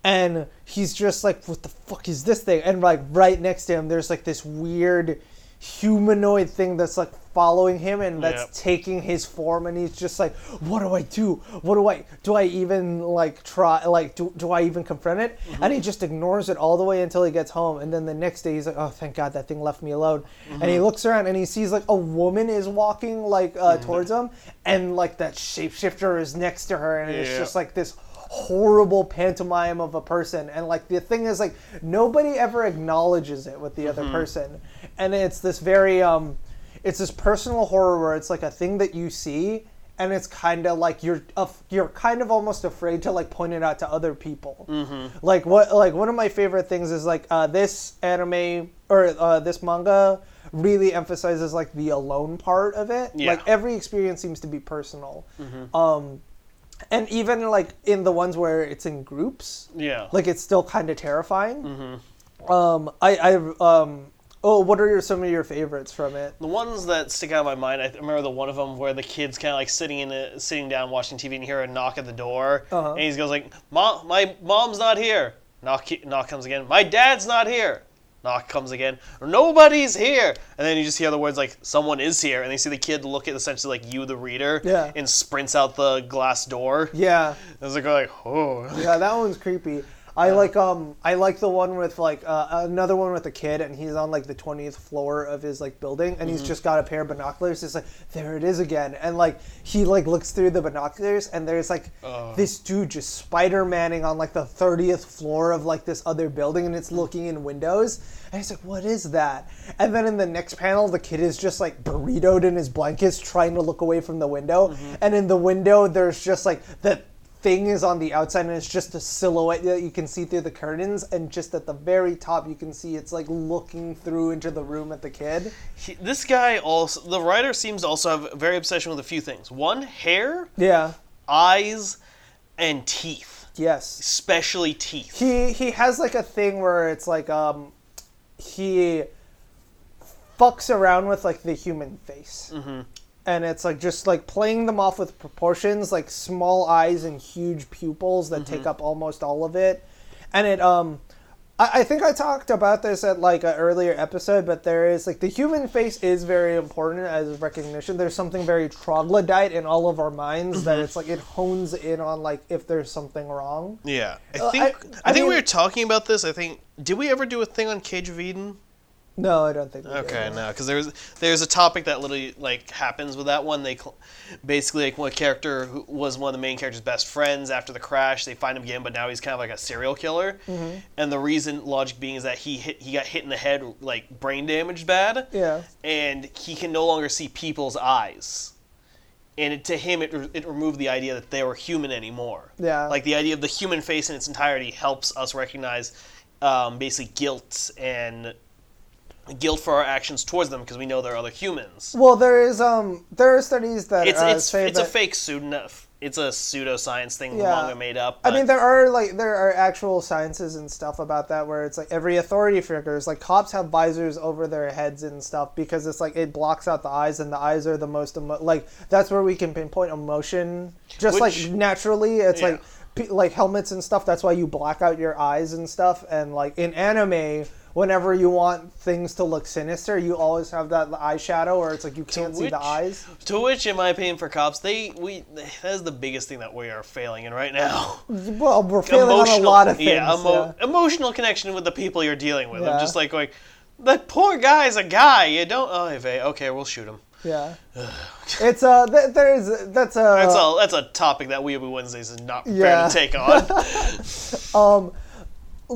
S2: and he's just like what the fuck is this thing and like right next to him there's like this weird humanoid thing that's like following him and that's
S1: Yep.
S2: taking his form and he's just like what do i do what do i do i even like try like do, do i even confront it and he just ignores it all the way until he gets home and then the next day he's like oh thank god that thing left me alone and he looks around and he sees like a woman is walking like uh, towards him and like that shapeshifter is next to her and it's
S1: Yeah.
S2: just like this horrible pantomime of a person and like the thing is like nobody ever acknowledges it with the other person and it's this very um it's this personal horror where it's like a thing that you see and it's kind of like you're af- you're kind of almost afraid to like point it out to other people like what like one of my favorite things is like uh, this anime or uh, this manga really emphasizes like the alone part of it
S1: Yeah.
S2: like every experience seems to be personal um and even like in the ones where it's in groups
S1: Yeah.
S2: like it's still kind of terrifying um i i um oh what are your, some of your favorites from it
S1: The ones that stick out in my mind, I th- remember the one of them where the kid's kind of like sitting in the, sitting down watching TV and hear a knock at the door,
S2: Uh-huh.
S1: and he goes like, "Mom, my mom's not here." Knock, he- knock comes again. My dad's not here. Knock comes again. Nobody's here. And then you just hear the words like, "Someone is here," and they see the kid look at essentially like you, the reader,
S2: Yeah.
S1: and sprints out the glass door.
S2: yeah
S1: There's a guy like, "Oh,
S2: *laughs* yeah that one's creepy I like um I like the one with like uh, another one with a kid and he's on like the twentieth floor of his like building and he's just got a pair of binoculars. It's like there it is again and like he like looks through the binoculars and there's like this dude just Spider Manning on like the thirtieth floor of like this other building and it's looking in windows and he's like what is that and then in the next panel the kid is just like burritoed in his blankets trying to look away from the window and in the window there's just like the thing is on the outside and it's just a silhouette that you can see through the curtains and just at the very top you can see it's like looking through into the room at the kid
S1: He- this guy." Also, the writer seems to also have a very obsession with a few things. One, hair,
S2: yeah
S1: eyes, and teeth.
S2: yes
S1: especially teeth.
S2: he he has like a thing where it's like um he fucks around with like the human face and it's like just like playing them off with proportions like small eyes and huge pupils that take up almost all of it and it um I, I think i talked about this at like an earlier episode but there is like the human face is very important as recognition there's something very troglodyte in all of our minds that it's like it hones in on like if there's something wrong
S1: Yeah, I
S2: Uh,
S1: think
S2: I-
S1: I,
S2: I
S1: think we
S2: mean-
S1: were talking about this. I think did we ever do a thing on Cage of Eden?
S2: no i don't think we did.
S1: Okay, no, because there's there's a topic that literally like happens with that one. They cl- basically like one character who was one of the main character's best friends after the crash. They find him again, but now he's kind of like a serial killer.
S2: Mm-hmm.
S1: And the reason logic being is that he hit he got hit in the head like brain damage bad.
S2: Yeah.
S1: and he can no longer see people's eyes. And it, to him, it, re- it removed the idea that they were human anymore.
S2: Yeah.
S1: Like the idea of the human face in its entirety helps us recognize um, basically guilt and guilt for our actions towards them because we know they're other humans.
S2: Well, there is um there are studies that
S1: It's
S2: uh,
S1: it's
S2: say
S1: it's
S2: that,
S1: a fake pseudo it's a pseudoscience thing the
S2: Yeah.
S1: manga made up.
S2: I
S1: but-
S2: mean, there are like there are actual sciences and stuff about that where it's like every authority figures like cops have visors over their heads and stuff because it's like it blocks out the eyes and the eyes are the most emo- like that's where we can pinpoint emotion just
S1: Which-
S2: like naturally it's
S1: Yeah.
S2: like pe- like helmets and stuff that's why you black out your eyes and stuff and like in anime whenever you want things to look sinister you always have that eyeshadow or it's like you can't see
S1: which-
S2: the eyes
S1: to which, in my opinion, for cops, they we that is the biggest thing that we are failing in right now.
S2: Well, we're failing on a lot of things.
S1: Yeah, emo-
S2: yeah.
S1: emotional connection with the people you're dealing with.
S2: Yeah.
S1: I'm just like like that poor guy's a guy. You don't. Oh, okay, okay, we'll shoot him.
S2: yeah. *sighs* it's uh, th- there's that's uh, a
S1: That's a
S2: *laughs*
S1: that's a topic that Weeaboo Wednesdays is not prepared
S2: Yeah.
S1: to take on.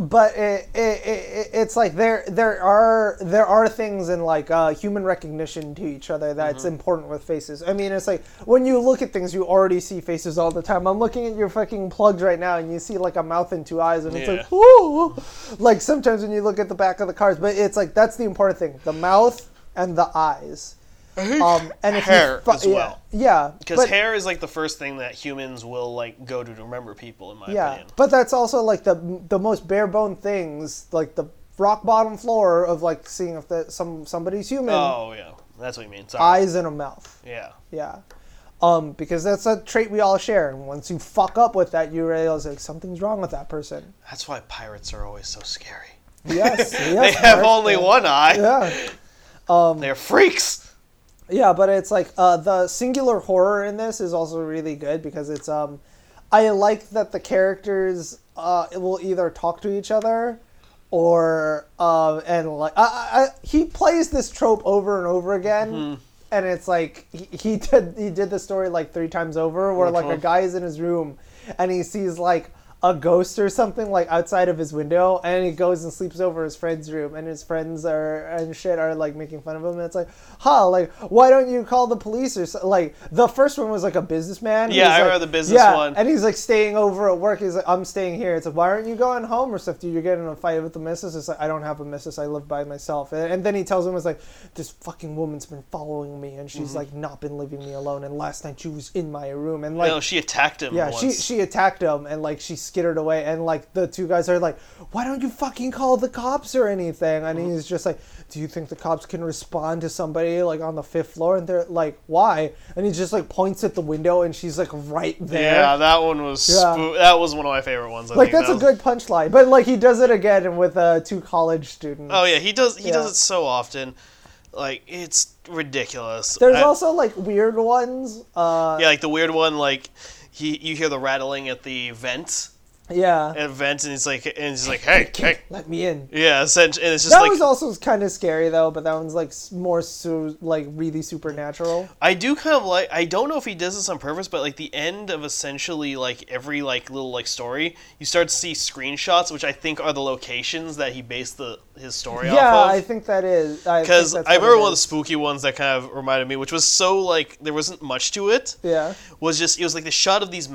S2: but it, it, it, it's like there there are there are things in like uh, human recognition to each other that's
S1: Mm-hmm.
S2: important with faces. I mean, it's like when you look at things, you already see faces all the time. I'm looking at your fucking plugs right now, and you see like a mouth and two eyes, and it's
S1: Yeah.
S2: like whoo, like sometimes when you look at the back of the cars, but it's like that's the important thing: the mouth and the eyes. Um, and if you
S1: hair
S2: fu-
S1: as well.
S2: yeah,
S1: Because
S2: but-
S1: hair is like the first thing that humans will like go to to remember people, in my
S2: Yeah,
S1: opinion.
S2: but that's also like the the most bare bone things, like the rock bottom floor of like seeing if that some somebody's human,
S1: Oh yeah, that's what you mean. Sorry.
S2: eyes and a mouth.
S1: yeah.
S2: Yeah, um, because that's a trait we all share, and once you fuck up with that, you realize like something's wrong with that
S1: *laughs*
S2: person.
S1: That's why pirates are always so scary.
S2: Yes, yes.
S1: They have
S2: Mark.
S1: only one eye.
S2: Yeah.
S1: They're freaks.
S2: Yeah, but it's like uh, the singular horror in this is also really good because it's um, I like that the characters uh will either talk to each other, or um and like I, I, I he plays this trope over and over again.
S1: Mm-hmm.
S2: And it's like he, he did he did the story like three times over, where
S1: Which
S2: like a
S1: one?
S2: guy is in his room, and he sees like a ghost or something like outside of his window, and he goes and sleeps over his friend's room, and his friends are and shit are like making fun of him, and it's like, huh, like why don't you call the police or so, like the first one was like a businessman. He
S1: Yeah,
S2: was,
S1: I
S2: like-
S1: remember the business
S2: yeah,
S1: one.
S2: and he's like staying over at work. He's like, I'm staying here. It's like, why aren't you going home or stuff? Dude, you're getting in a fight with the missus. It's like, I don't have a missus. I live by myself. And, and then he tells him, it's like, this fucking woman's been following me, and
S1: Mm-hmm.
S2: she's like not been leaving me alone. And last night she was in my room, and like
S1: no, she attacked him.
S2: yeah,
S1: once.
S2: she she attacked him and like she skittered away and like the two guys are like, why don't you fucking call the cops or anything? And
S1: Mm-hmm.
S2: he's just like, do you think the cops can respond to somebody like on the fifth floor? And they're like, why? And he just like points at the window and she's like right there.
S1: Yeah, that one was
S2: Yeah.
S1: spoo- that was one of my favorite ones. I
S2: like
S1: think.
S2: that's a
S1: That was-
S2: good punchline, but like he does it again and with uh, two college students.
S1: Oh yeah, he does. He
S2: Yeah.
S1: does it so often. Like it's ridiculous.
S2: There's
S1: I-
S2: also like weird ones. Uh,
S1: yeah, like the weird one. Like he, you hear the rattling at the vent,
S2: yeah.
S1: at vent, and he's like, and he's like, hey, hey.
S2: Let me in.
S1: Yeah, essentially, and it's just
S2: That
S1: like
S2: was also kind of scary though, but that one's like s- more su- like really supernatural.
S1: I do kind of like. I don't know if he does this on purpose, but like the end of essentially like every like little like story, you start to see screenshots, which I think are the locations that he based the his story
S2: Yeah,
S1: off of.
S2: I think that is.
S1: because
S2: Because
S1: I, remember one of the spooky ones that kind of reminded me, which was so like there wasn't much to it.
S2: Yeah.
S1: Was just it was like the shot of these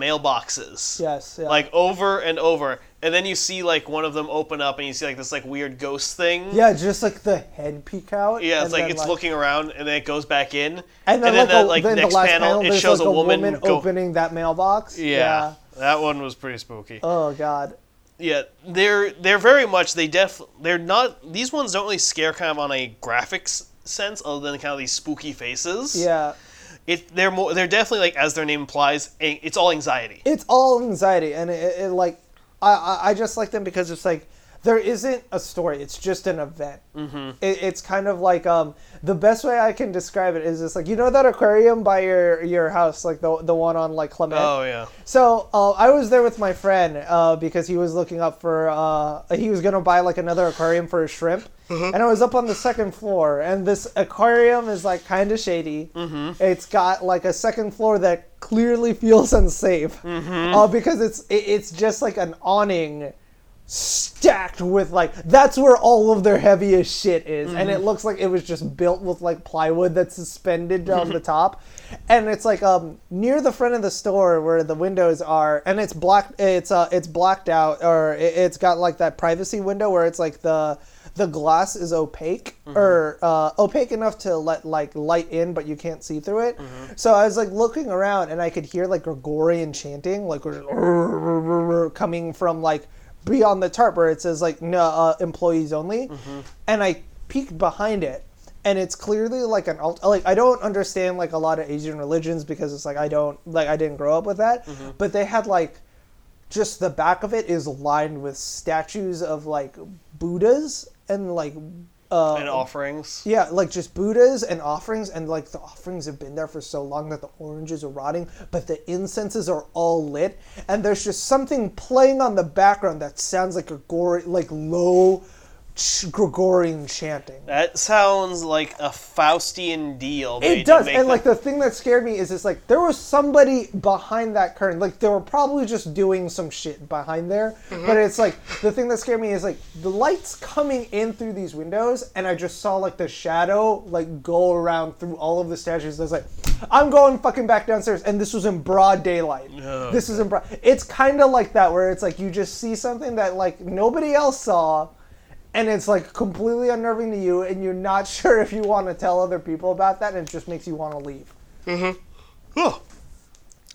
S1: mailboxes.
S2: Yes. Yeah.
S1: Like over and over, and then you see like one of them open up, and you see like this like weird ghost thing.
S2: Yeah, just like the head peek out.
S1: Yeah, it's
S2: and
S1: like
S2: then,
S1: it's looking around, and then it goes back in,
S2: And then, like,
S1: that,
S2: a-
S1: like
S2: then
S1: next
S2: the last
S1: panel, it
S2: there's,
S1: shows
S2: like,
S1: a woman, go-
S2: opening that mailbox.
S1: Yeah, that one was pretty spooky.
S2: Oh God.
S1: yeah, they're they're very much they def they're not these ones don't really scare kind of on a graphics sense other than kind of these spooky faces.
S2: Yeah.
S1: it they're more they're definitely like as their name implies a- it's all anxiety
S2: It's all anxiety, and it, it, it, like I, I I just like them because it's like there isn't a story. It's just an event. Mm-hmm. It, it's kind of like um the best way I can describe it is just like you know that aquarium by your your house, like the the one on like Clement.
S1: oh yeah
S2: So uh, I was there with my friend uh, because he was looking up for uh, he was gonna buy like another aquarium for his shrimp, and I was up on the second floor, and this aquarium is like kind of shady. Mm-hmm. It's got like a second floor that clearly feels unsafe uh, because it's it, it's just like an awning stacked with like that's where all of their heaviest shit is and it looks like it was just built with like plywood that's suspended down the top and it's like um near the front of the store where the windows are and it's black it's uh it's blacked out or it, it's got like that privacy window where it's like the the glass is opaque or uh, opaque enough to let like light in but you can't see through it so i was like looking around and i could hear like gregorian chanting like coming from like beyond the tarp where it says like no uh, employees only and i peeked behind it and it's clearly like an alt like i don't understand like a lot of asian religions because it's like i don't like i didn't grow up with that but they had like just the back of it is lined with statues of like buddhas and like uh
S1: and offerings
S2: yeah, like just Buddhas and offerings, and like the offerings have been there for so long that the oranges are rotting, but the incenses are all lit, and there's just something playing on the background that sounds like a gory, like low, ch- Gregorian chanting.
S1: That sounds like a Faustian deal. they
S2: It
S1: did
S2: does,
S1: make
S2: and like
S1: that-
S2: the thing that scared me is it's like there was somebody behind that curtain. Like they were probably just doing some shit behind there. But it's like the thing that scared me is like the lights coming in through these windows, and I just saw like the shadow like go around through all of the statues. I was like, I'm going fucking back downstairs, and this was in broad daylight. this is in broad. It's kind of like that where it's like you just see something that like nobody else saw and it's like completely unnerving to you, and you're not *laughs* sure if you want to tell other people about that, and it just makes you want to leave.
S1: Oh.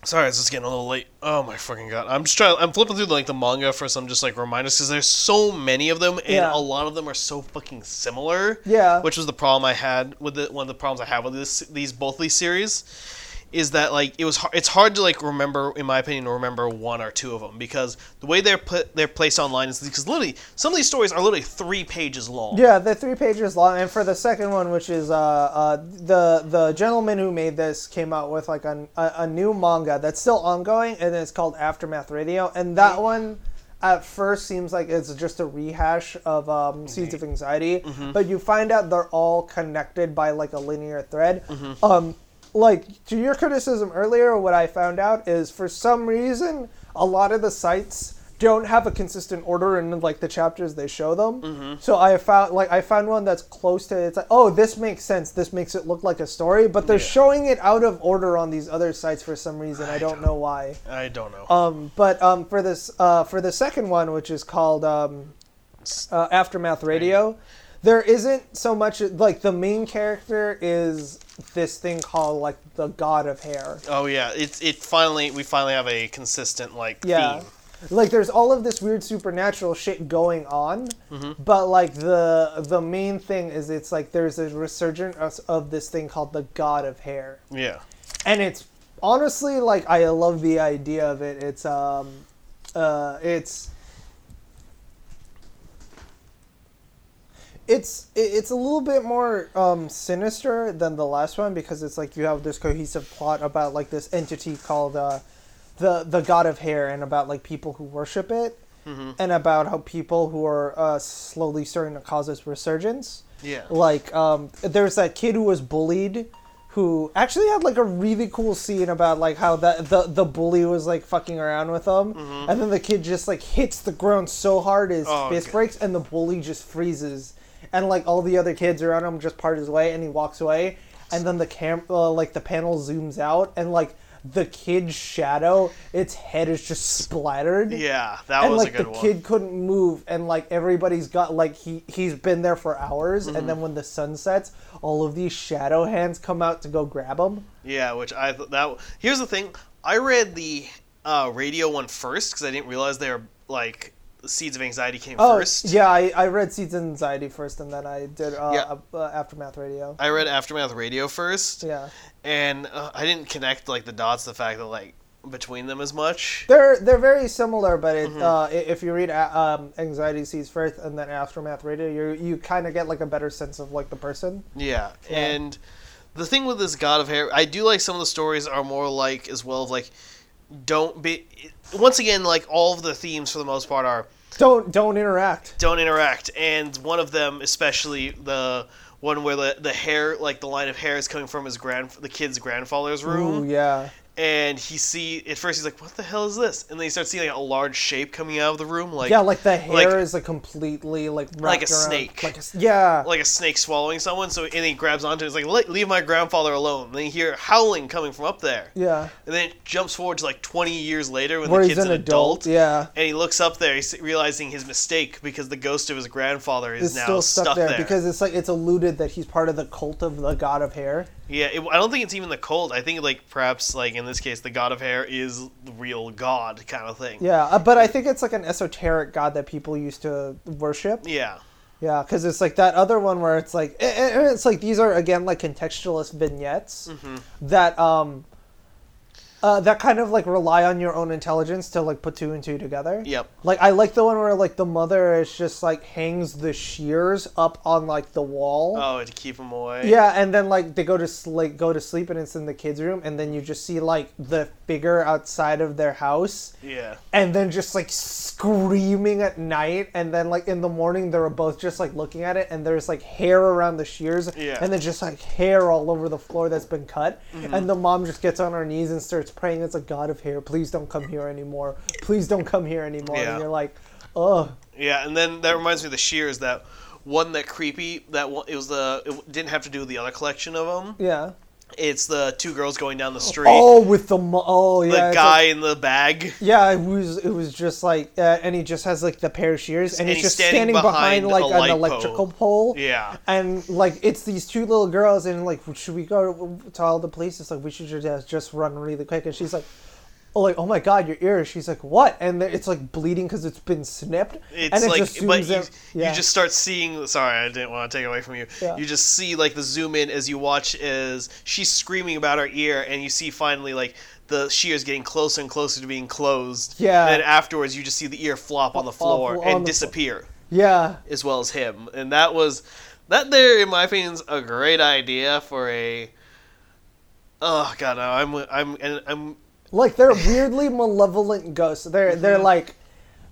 S1: Sorry, it's just getting a little late. Oh my fucking god! I'm just trying. I'm flipping through like the manga for some just like reminders because there's so many of them, and
S2: Yeah.
S1: a lot of them are so fucking similar.
S2: Yeah.
S1: Which was the problem I had with the one of the problems I have with this these both these series, is that like it was har- it's hard to like remember in my opinion to remember one or two of them because the way they're put they're placed online is because literally some of these stories are literally three pages long.
S2: Yeah, the three pages long, and for the second one, which is uh, uh, the the gentleman who made this came out with like a, a, a new manga that's still ongoing, and it's called Aftermath Radio, and that one. At first, seems like it's just a rehash of um, Seeds of Anxiety, but you find out they're all connected by like a linear thread. Um, like to your criticism earlier, what I found out is for some reason a lot of the sites don't have a consistent order in like the chapters they show them. So I found like I found one that's close to it's like oh this makes sense this makes it look like a story but they're showing it out of order on these other sites for some reason I don't know why.
S1: I don't know.
S2: Um, but um, for this uh, for the second one, which is called um, uh, Aftermath Radio, there isn't so much like the main character is this thing called like the God of Hair.
S1: oh yeah, it's it finally we finally have a consistent like
S2: Yeah.
S1: theme.
S2: Like there's all of this weird supernatural shit going on, but like the the main thing is it's like there's a resurgence of- of this thing called the God of Hair.
S1: Yeah.
S2: and it's honestly like I love the idea of it. It's um, uh, it's it's i- it's a little bit more um sinister than the last one because it's like you have this cohesive plot about like this entity called uh, the the god of hair and about like people who worship it.
S1: Mm-hmm.
S2: And about how people who are uh, slowly starting to cause this resurgence
S1: Yeah.
S2: like um, there was that kid who was bullied who actually had like a really cool scene about like how that the, the bully was like fucking around with him and then the kid just like hits the ground so hard his
S1: Mm-hmm. Oh,
S2: fist
S1: God.
S2: breaks and the bully just freezes and like all the other kids around him just part his way and he walks away and then the cam uh, like the panel zooms out and like the kid's shadow its head is just splattered
S1: Yeah, that
S2: and
S1: was
S2: like
S1: a good
S2: the
S1: one.
S2: kid couldn't move and like everybody's got like he he's been there for hours
S1: Mm-hmm.
S2: and then when the sun sets all of these shadow hands come out to go grab him
S1: Yeah, which I th- that here's the thing. I read the uh, radio one first because I didn't realize they were like Seeds of Anxiety came first.
S2: Oh, yeah I, I read seeds of anxiety first and then i did uh,
S1: Yeah.
S2: uh, uh, aftermath radio
S1: I read Aftermath Radio first,
S2: yeah
S1: and uh, I didn't connect like the dots. The fact that like between them as much.
S2: they're they're very similar but
S1: Mm-hmm.
S2: it, uh, i- if you read a- um, anxiety seeds first and then aftermath radio you you kind of get like a better sense of like the person
S1: Yeah, and the thing with this God of Hair, I do like some of the stories are more like as well of like don't be. Once again, like all of the themes for the most part are
S2: don't don't interact
S1: don't interact. And one of them, especially the one where the, the hair, like the line of hair, is coming from his grand, the kid's grandfather's
S2: Ooh,
S1: room.
S2: yeah
S1: And he see at first he's like, "What the hell is this?" And then he starts seeing like, a large shape coming out of the room, like
S2: yeah, like the hair
S1: like-
S2: is like completely like wrapped around-
S1: snake.
S2: like a s- yeah,
S1: like a snake swallowing someone. So and he grabs onto it. He's like, "Le- "Leave my grandfather alone." And then you hear howling coming from up there.
S2: Yeah.
S1: And then it jumps forward to like 20 years later when
S2: Where
S1: the
S2: he's
S1: kid's
S2: an adult, yeah.
S1: And he looks up there, he's realizing his mistake because the ghost of his grandfather is
S2: It's
S1: now
S2: still stuck, there,
S1: there
S2: because it's like it's alluded that he's part of the cult of the god of hair.
S1: Yeah, it, I don't think it's even the cult. I think like perhaps like in this case, the god of hair is the real god kind of thing.
S2: Yeah, uh, but I think it's like an esoteric god that people used to worship.
S1: Yeah.
S2: Yeah, because it's like that other one where it's like a- a- and it's like these are again like contextualist vignettes that um. uh, that kind of like rely on your own intelligence to like put two and two together.
S1: Yep.
S2: Like I like the one where like the mother is just like hangs the shears up on like the wall.
S1: Oh, to keep him away.
S2: Yeah, and then like they go to s- like go to sleep and it's in the kids' room, and then you just see like the figure outside of their house,
S1: Yeah.
S2: and then just like screaming at night, and then like in the morning they were both just like looking at it, and there's like hair around the shears,
S1: Yeah. Mm-hmm.
S2: and then just like hair all over the floor that's been cut, and the mom just gets on her knees and starts praying. It's like God of hair, please don't come here anymore, please don't come here anymore,
S1: Yeah.
S2: and you're like, ugh.
S1: Yeah, and then that reminds me of the shears that one that creepy that one it was the it didn't have to do with the other collection of them.
S2: Yeah.
S1: It's the two girls going down the street.
S2: Oh, with the mo- oh yeah.
S1: the
S2: it's like-
S1: guy in the bag.
S2: Yeah, it was it was just like, uh, and he just has like the pair of shears, and,
S1: And
S2: he's
S1: he's
S2: just standing,
S1: standing
S2: behind,
S1: behind
S2: like
S1: a
S2: an
S1: light
S2: electrical pole.
S1: Yeah.
S2: and like it's these two little girls, and like should we go to all the police? It's like we should just just run really quick, and she's like. Oh, like oh my god, your ear! She's like, what? And then it's like bleeding because it's been snipped.
S1: It's
S2: and it
S1: like,
S2: just
S1: but
S2: zooms
S1: you,
S2: in- yeah.
S1: you just start seeing. Sorry, I didn't want to take it away from you.
S2: Yeah.
S1: You just see like the zoom in as you watch as she's screaming about her ear, and you see finally like the shears getting closer and closer to being closed.
S2: Yeah.
S1: And then afterwards, you just see the ear flop on the
S2: Off- off-
S1: floor
S2: on the
S1: and
S2: flo-
S1: disappear.
S2: yeah,
S1: as well as him. And that was that there, in my opinion, is a great idea for a. Oh god, no, I'm I'm and I'm
S2: like they're weirdly malevolent ghosts. They're
S1: Mm-hmm.
S2: they're like,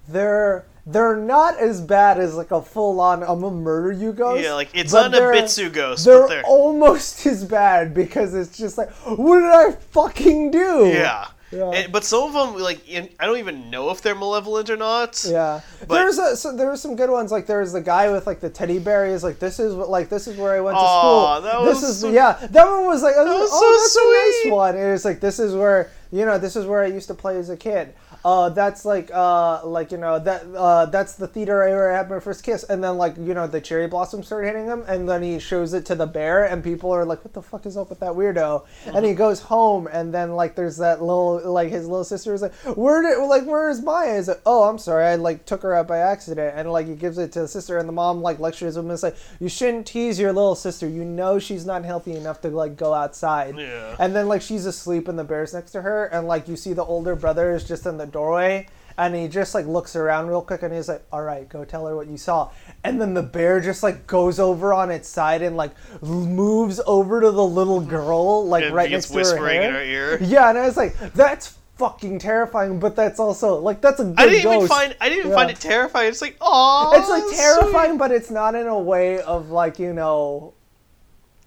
S2: they're they're not as bad as like a full on I'm gonna murder you ghost.
S1: yeah, like it's
S2: but
S1: not
S2: they're-
S1: a Bitsu ghost,
S2: they're,
S1: but they're
S2: almost *laughs* as bad because it's just like, what did I fucking do?
S1: yeah.
S2: Yeah.
S1: And- but some of them, like in, I don't even know if they're malevolent or not.
S2: Yeah,
S1: But-
S2: there's a so there were some good ones. Like there was the guy with like the teddy bear. He's like, this is what like this is where I went to
S1: Aw,
S2: school.
S1: that
S2: this
S1: was
S2: is
S1: so-
S2: yeah. That one was like, oh,
S1: was
S2: that's
S1: so
S2: a
S1: sweet.
S2: nice one. It was like this is where you know this is where I used to play as a kid. Uh, that's like uh like you know that uh that's the theater area I had my first kiss. And then like you know the cherry blossoms start hitting him, and then he shows it to the bear, and people are like, what the fuck is up with that weirdo? And he goes home, and then like there's that little like his little sister is like, where did like where is Maya? He's like, oh I'm sorry, I like took her out by accident, and like he gives it to the sister, and the mom like lectures him and is like, you shouldn't tease your little sister. You know she's not healthy enough to like go outside.
S1: Yeah.
S2: And then like she's asleep and the bear's next to her, and like you see the older brother is just in the doorway, and he just like looks around real quick, and he's like, "All right, go tell her what you saw." And then the bear just like goes over on its side and like moves over to the little girl, like
S1: And
S2: right next
S1: it's
S2: to
S1: whispering
S2: her,
S1: in her
S2: hair.
S1: ear.
S2: Yeah, and I was like, "That's fucking terrifying," but that's also like that's a good
S1: I didn't
S2: ghost.
S1: even find I didn't even
S2: Yeah.
S1: find it terrifying. It's like oh,
S2: it's like terrifying, but it's not in a way of like you know,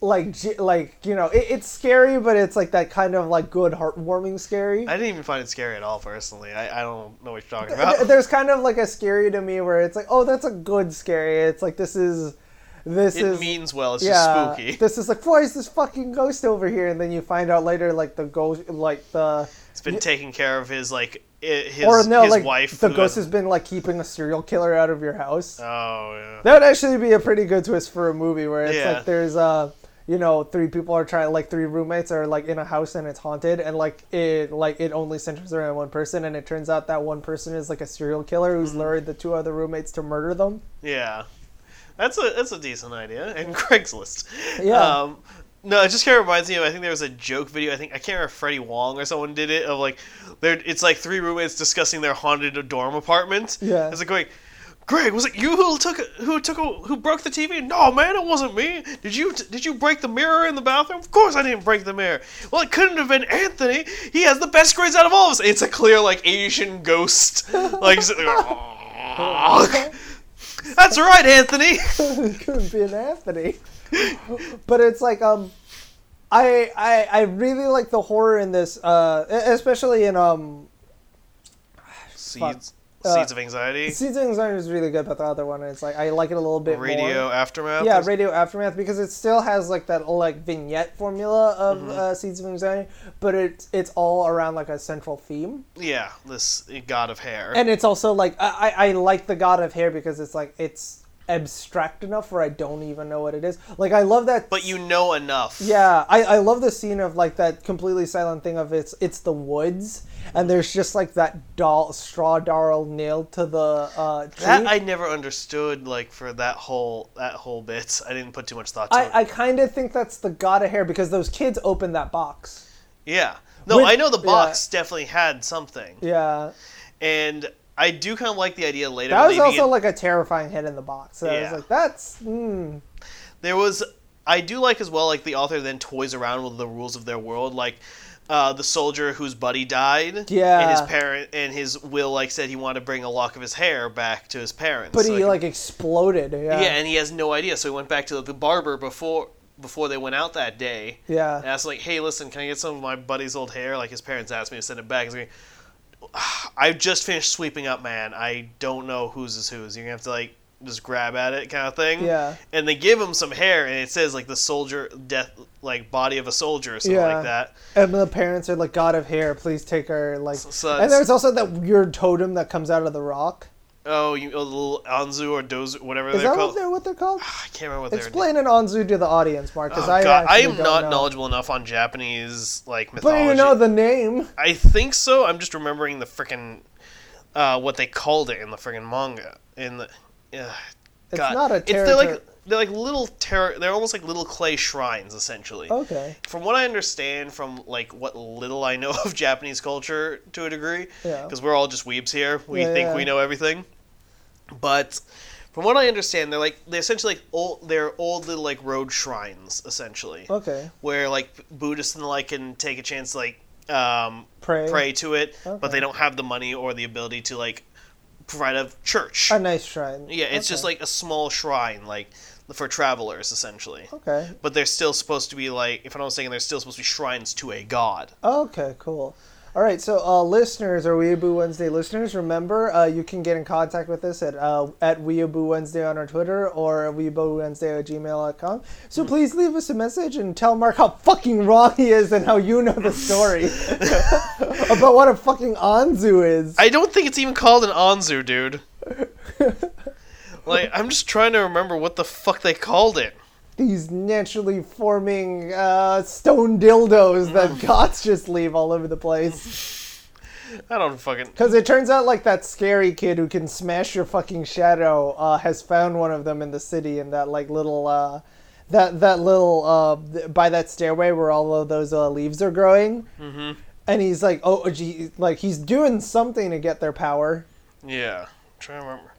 S2: like j- like you know, it, it's scary, but it's like that kind of like good heartwarming scary.
S1: I didn't even find it scary at all. Personally, I, I don't know what you're talking
S2: Th-
S1: about.
S2: There's kind of like a scary to me where it's like, oh, that's a good scary. It's like this is, this is
S1: It means well. It's
S2: yeah,
S1: just
S2: *laughs*
S1: spooky.
S2: this is like why is this fucking ghost over here? And then you find out later like the ghost, like the
S1: It's been taking care of his like i- his
S2: or no,
S1: his
S2: like
S1: wife.
S2: the
S1: who
S2: ghost
S1: has-
S2: has been like keeping a serial killer out of your house.
S1: Oh yeah.
S2: That would actually be a pretty good twist for a movie where it's
S1: Yeah.
S2: like there's uh you know three people are trying like three roommates are like in a house and it's haunted and like it like it only centers around one person and it turns out that one person is like a serial killer
S1: Mm-hmm.
S2: who's lured the two other roommates to murder them. *laughs*
S1: Yeah, that's a that's a decent idea. And *laughs* Craigslist.
S2: Yeah.
S1: Um, no, it just kind of reminds me of. I think there was a joke video. I think I can't remember if Freddie Wong or someone did it of like, there. It's like three roommates discussing their haunted dorm apartment.
S2: Yeah.
S1: It's like going. Greg, was it you who took who took a, who broke the TV? No, man, it wasn't me. Did you did you break the mirror in the bathroom? Of course I didn't break the mirror. Well, it couldn't have been Anthony. He has the best grades out of all of us. It's a clear like
S2: *laughs*
S1: Asian ghost, like sitting there, *laughs* That's right, Anthony.
S2: it could be an Anthony. *laughs* but it's like um I, I I really like the horror in this uh e- especially in um
S1: Seeds,
S2: Uh,
S1: seeds of anxiety.
S2: Seeds of Anxiety is really good but the other one is like I like it a little bit more.
S1: Radio aftermath.
S2: yeah,
S1: is-
S2: Radio Aftermath because it still has like that like vignette formula of
S1: Mm-hmm.
S2: uh, Seeds of Anxiety, but it's it's all around like a central theme,
S1: yeah. This god of hair.
S2: and it's also like I I, I like the God of Hair because it's like it's abstract enough where I don't even know what it is. Like I love that.
S1: but you know enough.
S2: Yeah, I, I love the scene of like that completely silent thing of it's it's the woods and there's just like that doll straw doll nailed to the uh, tree.
S1: That I never understood. Like for that whole that whole bit, *laughs* I didn't put too much thought to it.
S2: I, I kind of think that's the God of Hair because those kids opened that box.
S1: yeah. No,
S2: With-
S1: I know the
S2: yeah.
S1: box definitely had something,
S2: Yeah.
S1: and I do kind of like the idea later.
S2: That was
S1: leaving
S2: also
S1: it-
S2: like a terrifying hit in the box. So I was
S1: Yeah.
S2: like, that's mm,
S1: there was I do like as well like the author then toys around with the rules of their world like uh, the soldier whose buddy died and his
S2: Yeah.
S1: parent and his will like said he wanted to bring a lock of his hair back to his parents
S2: but
S1: so
S2: he
S1: they could-
S2: like exploded. Yeah.
S1: yeah and he has no idea so he went back to the barber before before they went out that day
S2: Yeah.
S1: and asked like hey listen can I get some of my buddy's old hair like his parents asked me to send it back He's like, I just finished sweeping up man I don't know whose is whose you're gonna have to like just grab at it kind of thing
S2: Yeah.
S1: and they give him some hair and it says like the soldier death like body of a soldier or something
S2: Yeah.
S1: like that
S2: And the parents are like, God of hair, please take her. Like,
S1: so
S2: and
S1: it's-
S2: there's also that weird totem that comes out of the rock.
S1: oh you oh, the little anzu or dozu whatever
S2: Is
S1: they're
S2: that
S1: called
S2: what they're what they're called?
S1: i can't remember what *sighs* they're
S2: Explain an Anzu to the audience, Mark, because
S1: oh,
S2: I
S1: God, I
S2: actually
S1: am
S2: don't
S1: not
S2: know.
S1: knowledgeable enough on japanese like mythology
S2: But you know the name.
S1: I think so. I'm just remembering the frickin' uh, what they called it in the frickin' manga. In the uh,
S2: It's
S1: God.
S2: not a
S1: they're like
S2: territor-
S1: they're like little ter- They're almost like little clay shrines, essentially.
S2: Okay.
S1: From what I understand, from like what little I know *laughs* of Japanese culture to a degree,
S2: Yeah.
S1: because we're all just weebs here. We
S2: Yeah,
S1: think
S2: yeah.
S1: we know everything, but. From what I understand, they're like they're essentially like old they're old little like road shrines essentially
S2: Okay.
S1: where like Buddhists and the like can take a chance to, like um,
S2: Pray.
S1: to it,
S2: Okay.
S1: but they don't have the money or the ability to like provide a church.
S2: A nice shrine.
S1: yeah, it's just
S2: Okay.
S1: like a small shrine, like for travelers essentially.
S2: Okay.
S1: But they're still supposed to be like, if I'm not mistaken, they're still supposed to be shrines to a god.
S2: Okay, cool. All right, so uh, listeners or Weeaboo Wednesday listeners, remember uh, you can get in contact with us at uh, at Weeaboo Wednesday on our Twitter or Weeaboo Wednesday at gmail.com. So please leave us a message and tell Mark how fucking wrong he is and how you know the story about what a fucking Anzu is.
S1: I don't think it's even called an Anzu,
S2: *laughs*
S1: dude. like, I'm just trying to remember what the fuck they called it.
S2: These naturally forming uh, stone dildos that gods just leave all over the place.
S1: I don't fucking.
S2: Because it turns out, like, that scary kid who can smash your fucking shadow uh, has found one of them in the city in that, like, little, uh, that, that little, uh, th- by that stairway where all of those uh, leaves are growing. Mm-hmm. And he's like, oh, gee, like, he's doing something to get their power.
S1: Yeah, I'm trying to remember.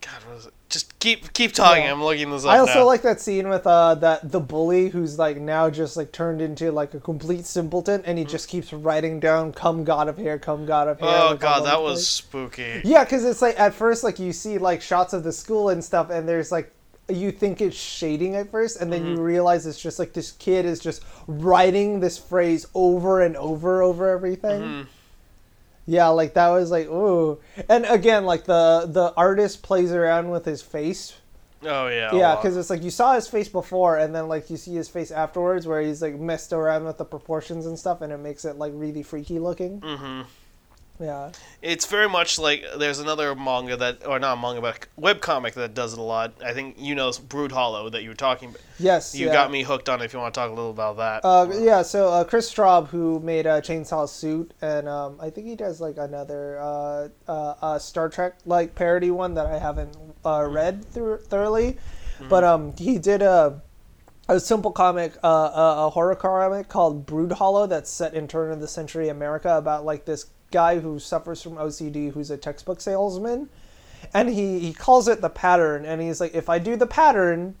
S1: God, what is it? Just keep keep talking.
S2: Yeah.
S1: I'm looking this up.
S2: I also
S1: now.
S2: like that scene with, uh, that, the bully who's, like, now just, like, turned into, like, a complete simpleton and he just keeps writing down, come god of hair, come god of hair.
S1: Mm. Oh
S2: like, all
S1: god,
S2: over
S1: that
S2: the
S1: was
S2: place. *laughs*
S1: spooky.
S2: Yeah, because it's like at first, like you see like shots of the school and stuff, and there's like you think it's shading at first, and then you
S1: Mm-hmm.
S2: realize it's just like this kid is just writing this phrase over and over over everything.
S1: Mm-hmm.
S2: Yeah, like that was like ooh, and again, like the the artist plays around with his face.
S1: Oh yeah.
S2: Yeah,
S1: wow.
S2: because it's like you saw his face before, and then like you see his face afterwards, where he's like messed around with the proportions and stuff, and it makes it like really freaky looking. Mm-hmm. Yeah.
S1: it's very much like there's another manga that or not manga but webcomic that does it a lot. I think you know Brood Hollow that you were talking about.
S2: Yes.
S1: You
S2: yeah.
S1: got me hooked on it if you want to talk a little about that.
S2: Uh, yeah, so uh, Chris Straub, who made uh, Chainsaw Suit, and um, I think he does like another uh, uh, uh, Star Trek like parody one that I haven't uh, read through thoroughly, but um, he did a a simple comic, uh, a, a horror comic called Brood Hollow that's set in turn of the century America about like this guy who suffers from OCD who's a textbook salesman, and he he calls it the pattern, and he's like, if I do the pattern,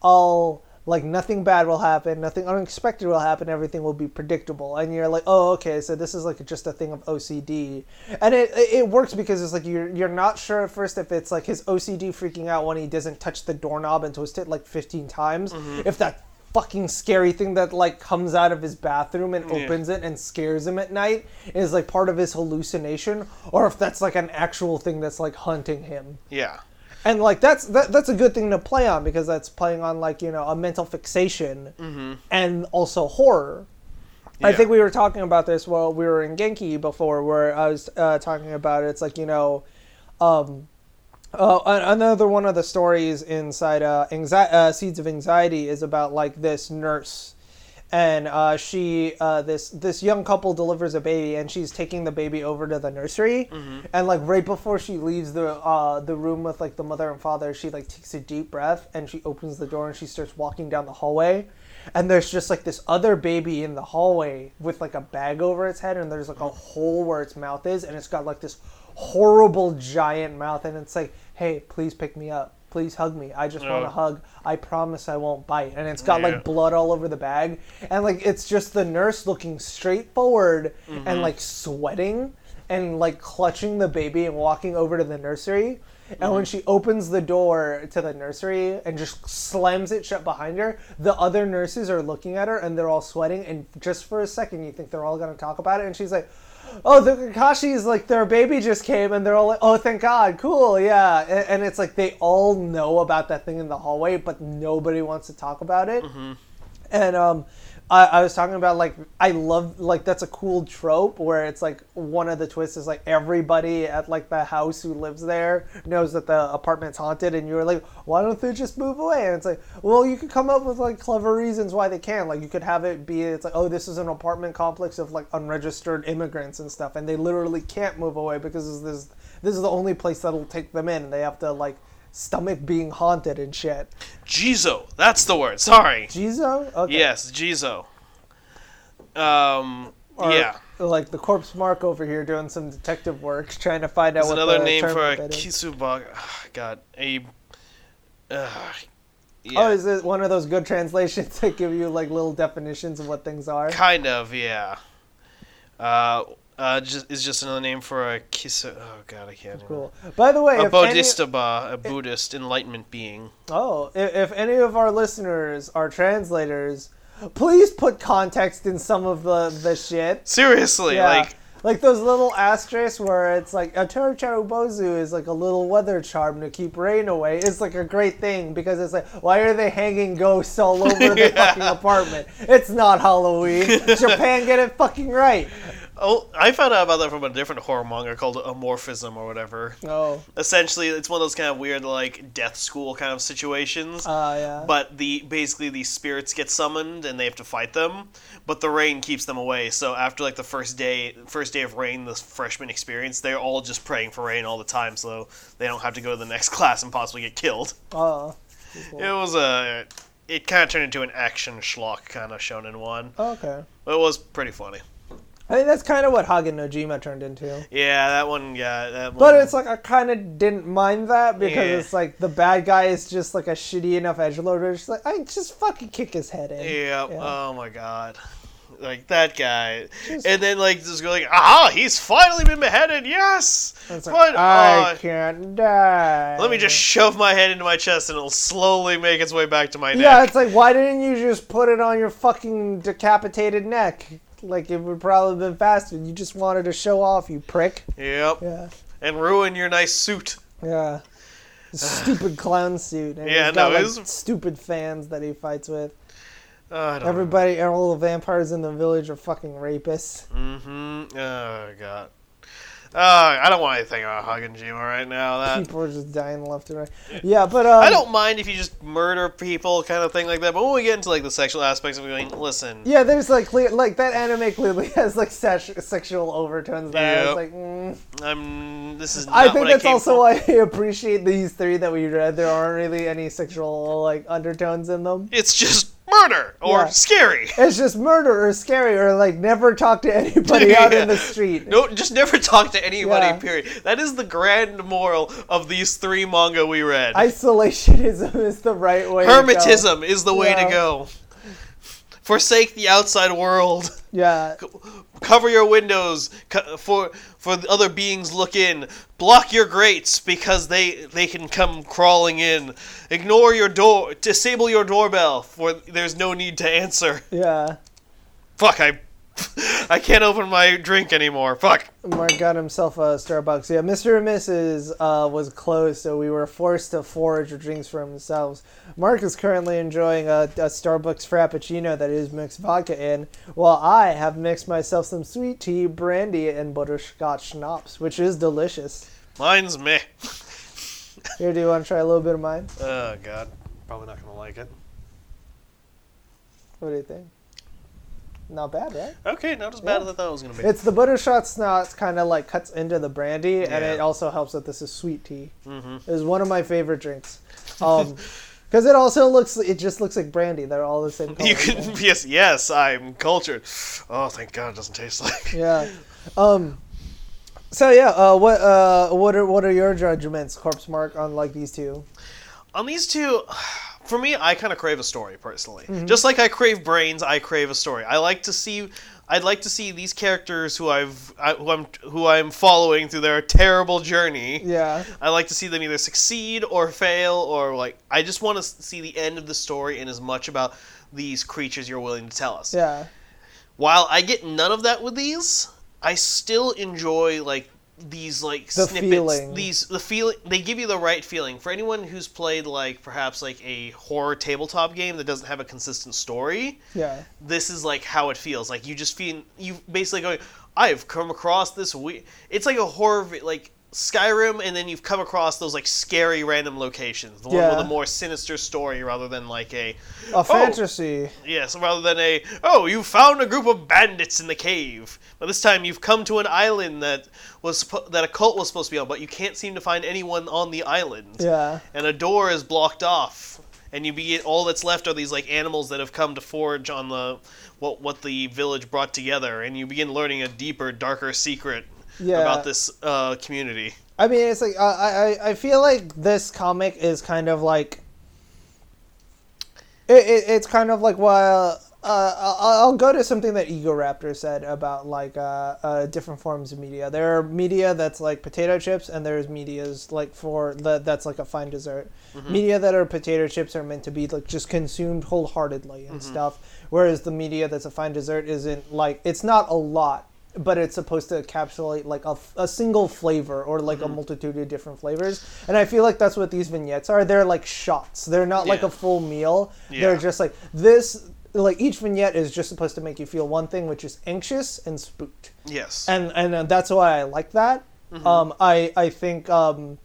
S2: all like nothing bad will happen, nothing unexpected will happen, everything will be predictable. And you're like, oh, okay, so this is like just a thing of OCD, and it it it works because it's like you're you're not sure at first if it's like his OCD freaking out when he doesn't touch the doorknob and twist it like 15 times, if that fucking scary thing that like comes out of his bathroom and opens it and scares him at night is like part of his hallucination or if that's like an actual thing that's like hunting him
S1: yeah.
S2: and like that's that, that's a good thing to play on because that's playing on like you know a mental fixation and also horror i
S1: Yeah.
S2: think we were talking about this while we were in genki before where i was uh, talking about it's like you know um uh, an- another one of the stories inside uh, anxi- uh, Seeds of Anxiety is about like this nurse and uh, she uh, this this young couple delivers a baby and she's taking the baby over to the nursery and like right before she leaves the uh, the room with like the mother and father she like takes a deep breath and she opens the door and she starts walking down the hallway and there's just like this other baby in the hallway with like a bag over its head and there's like a hole where its mouth is and it's got like this horrible giant mouth and it's like hey please pick me up please hug me i just want
S1: Oh.
S2: to hug i promise i won't bite and it's got
S1: Yeah.
S2: like blood all over the bag and like it's just the nurse looking straight forward and like sweating and like clutching the baby and walking over to the nursery and when she opens the door to the nursery and just slams it shut behind her the other nurses are looking at her and they're all sweating and just for a second you think they're all going to talk about it and she's like oh, the Kakashi's like their baby just came, and they're all like, oh, thank God, cool, yeah. And, and it's like they all know about that thing in the hallway, but nobody wants to talk about it. And um, I, I was talking about like I love like that's a cool trope where it's like one of the twists is like everybody at like the house who lives there knows that the apartment's haunted, and you're like, why don't they just move away? And it's like, well, you could come up with like clever reasons why they can. Like you could have it be it's like, oh, this is an apartment complex of like unregistered immigrants and stuff, and they literally can't move away because this is- this is the only place that'll take them in. And they have to like stomach being haunted and shit.
S1: Jizo, that's the word. Sorry.
S2: Jizo, okay.
S1: Yes, Jizo. Um,
S2: Or,
S1: yeah.
S2: Like the corpse mark over here doing some detective work, trying to find out
S1: It's
S2: what
S1: another
S2: the
S1: name
S2: term
S1: for a
S2: of it is.
S1: kisubaga. *sighs* God, a. Uh, yeah.
S2: Oh, is it one of those good translations *laughs* that give you like little definitions of what things are?
S1: Kind of, yeah. Uh, uh, just, is just another name for a kisu. Oh God, I can't.
S2: Cool. By the way,
S1: Even. A
S2: if any,
S1: bodhisattva, a Buddhist enlightenment being.
S2: oh, i- if any of our listeners are translators, please put context in some of the the shit.
S1: Seriously,
S2: Yeah.
S1: like
S2: Like those little asterisks where it's like a Bozu is like a little weather charm to keep rain away. It's like a great thing because it's like why are they hanging ghosts all over
S1: *laughs*
S2: the fucking apartment? It's not Halloween. Japan get it fucking right.
S1: oh, I found out about that from a different horror manga called Amorphism or whatever.
S2: Oh,
S1: Essentially, it's one of those kind of weird like death school kind of situations.
S2: uh, yeah.
S1: but the basically the spirits get summoned and they have to fight them but the rain keeps them away so after like the first day first day of rain the freshman experience they're all just praying for rain all the time so they don't have to go to the next *laughs* class and possibly get killed
S2: Oh,
S1: it was a it kind of turned into an action schlock kind of shonen one
S2: okay.
S1: but it was pretty funny
S2: I think that's kind of what Hagen no Jima turned into.
S1: yeah that one yeah that one
S2: But it's like I kind of didn't mind that because
S1: Yeah.
S2: it's like the bad guy is just like a shitty enough edge lord. Just like I just fucking kick his head in.
S1: Yeah.
S2: Yeah.
S1: Oh my god. Like that guy, and then like just going, aha, he's finally been beheaded. Yes,
S2: It's like,
S1: Fine.
S2: I
S1: Oh,
S2: can't die.
S1: let me just shove my head into my chest, and it'll slowly make its way back to my neck.
S2: Yeah, it's like, why didn't you just put it on your fucking decapitated neck? Like, it would probably have been faster. You just wanted to show off, you prick.
S1: yep,
S2: Yeah.
S1: and ruin your nice suit.
S2: Yeah.
S1: *sighs*
S2: Stupid clown suit. And
S1: Yeah,
S2: he's got,
S1: no, it
S2: like,
S1: was-
S2: stupid fans that he fights with.
S1: Oh, I don't
S2: Everybody, all the vampires in the village are fucking rapists.
S1: Mm-hmm. Oh god. Uh, I don't want anything about Hagen Jima right now.
S2: *laughs*
S1: That
S2: People are just dying left and right. Yeah, but um,
S1: Uh, I don't mind if you just murder people, kind of thing like that. But when we get into like the sexual aspects of going, listen,
S2: Yeah, there's like clear, like that anime clearly *laughs* has like sex, sexual overtones that I
S1: Yeah.
S2: was like, mm,
S1: I'm this is. Not
S2: I think
S1: what
S2: that's
S1: came
S2: also
S1: for.
S2: why I appreciate these three that we read. There aren't really any sexual like undertones in them.
S1: it's just murder or
S2: Yeah. *laughs*
S1: scary.
S2: It's just murder or scary or like never talk to anybody out
S1: *laughs* Yeah.
S2: in the street.
S1: No, just never talk to anybody.
S2: Yeah.
S1: Period. That is the grand moral of these three manga we read.
S2: Isolationism is the right way. to go.
S1: Hermetism is the way to
S2: Yeah.
S1: go. Forsake the outside world.
S2: Yeah.
S1: Cover your windows co- for for the other beings look in. Block your grates because they they can come crawling in. Ignore your door. Disable your doorbell for there's no need to answer.
S2: Yeah.
S1: Fuck, I *laughs* I can't open my drink anymore. Fuck.
S2: Mark got himself a Starbucks. Yeah, Mr. and Mrs. Uh, was closed, so we were forced to forage drinks for themselves. Mark is currently enjoying a, a Starbucks Frappuccino that is mixed vodka in, while I have mixed myself some sweet tea, brandy, and butterscotch schnapps, which is delicious.
S1: Mine's meh.
S2: Here, do you want to try a little bit of mine?
S1: Oh god, probably not gonna like it.
S2: What do you think? Not bad, right?
S1: Okay, not as bad as I thought it was gonna be.
S2: It's the buttershot snot kind of like cuts into the brandy, and
S1: Yeah.
S2: it also helps that this is sweet tea. Mm-hmm. It's one of my favorite drinks, um, *laughs* because it also looks it just looks like brandy. They're all the same color.
S1: you *laughs* can yes, yes, I'm cultured. Oh, thank God, it doesn't taste like.
S2: yeah. Um, so yeah, uh, what uh, what are what are your judgments, Corpse Mark, on like these two?
S1: On these two, *sighs* for me, I kind of crave a story personally.
S2: Mm-hmm.
S1: Just like I crave brains, I crave a story. I like to see. I'd like to see these characters who I've I, who I'm who I'm following through their terrible journey.
S2: Yeah.
S1: I like to see them either succeed or fail, or like I just want to see the end of the story and as much about these creatures you're willing to tell us.
S2: Yeah.
S1: While I get none of that with these, I still enjoy like these like
S2: The
S1: snippets.
S2: feeling.
S1: These the feeling they give you the right feeling. For anyone who's played like perhaps like a horror tabletop game that doesn't have a consistent story,
S2: Yeah.
S1: this is like how it feels. Like you just feel you basically going, I've come across this we It's like a horror vi- like Skyrim, and then you've come across those like scary random locations. The one
S2: Yeah.
S1: with a more sinister story rather than like a
S2: A fantasy.
S1: yes, rather than a oh you found a group of bandits in the cave. But this time you've come to an island that was suppo- that a cult was supposed to be on, but you can't seem to find anyone on the island
S2: Yeah.
S1: and a door is blocked off and you be all that's left are these like animals that have come to forage on the what what the village brought together and you begin learning a deeper darker secret
S2: Yeah.
S1: about this uh, community
S2: I mean, it's like uh, I I I feel like this comic is kind of like it, it it's kind of like well uh, I'll, I'll go to something that Ego Raptor said about like uh, uh, different forms of media. There are media that's like potato chips, and there's media's like for that that's like a fine dessert. Media that are potato chips are meant to be like just consumed wholeheartedly and stuff, whereas the media that's a fine dessert isn't like it's not a lot. But it's supposed to encapsulate like a, f- a single flavor or like a multitude of different flavors, and I feel like that's what these vignettes are. They're like shots. They're not like
S1: Yeah.
S2: a full meal. They're
S1: Yeah.
S2: just like this. Like each vignette is just supposed to make you feel one thing, which is anxious and spooked,
S1: yes
S2: and and uh, that's why I like that.
S1: Mm-hmm.
S2: Um, I I think um,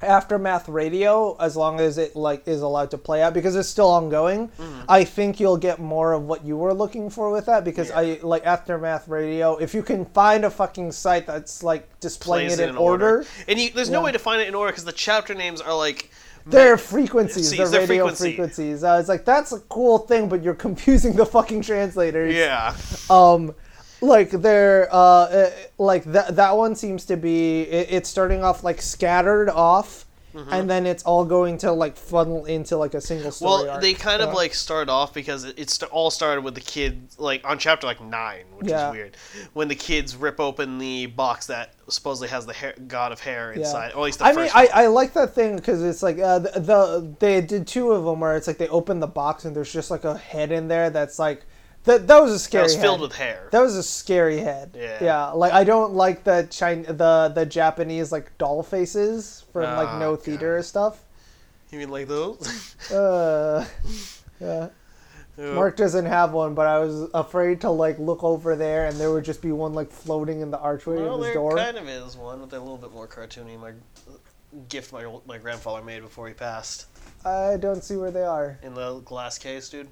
S2: aftermath radio, as long as it like is allowed to play out because it's still ongoing,
S1: Mm-hmm.
S2: I think you'll get more of what you were looking for with that. Because
S1: Yeah.
S2: I like aftermath radio. If you can find a fucking site that's like displaying
S1: Plays
S2: it in, order,
S1: and you, there's no way to find it in order because the chapter names are like
S2: Their frequencies,
S1: See,
S2: their
S1: it's their
S2: radio
S1: frequency.
S2: frequencies. I was like, that's a cool thing, but you're *laughs* confusing the fucking translators.
S1: yeah
S2: Um, like they're uh, uh, like that that one seems to be it, it's starting off like scattered off,
S1: Mm-hmm.
S2: and then it's all going to like funnel into like a single story.
S1: well
S2: arc.
S1: they kind of
S2: Yeah.
S1: like start off because it, it st- all started with the kid like on chapter like nine which
S2: Yeah.
S1: is weird when the kids rip open the box that supposedly has the hair, god of hair
S2: Yeah.
S1: inside or at least the
S2: I mean,
S1: first
S2: I, I like that thing because it's like uh, the, the they did two of them where it's like they open the box and there's just like a head in there that's like that that was a scary.
S1: that was filled
S2: head.
S1: with hair
S2: That was a scary head.
S1: Yeah.
S2: Like I don't like the China, the the Japanese like doll faces from like
S1: Ah,
S2: no
S1: God.
S2: theater stuff.
S1: You mean like those? *laughs*
S2: Uh, yeah. Mark doesn't have one, but I was afraid to like look over there and there would just be one like floating in the archway
S1: well,
S2: of his
S1: there
S2: door.
S1: kind of is one with a little bit more cartoony. My gift my old- my grandfather made before he passed
S2: I don't see where they are.
S1: in the glass case, dude.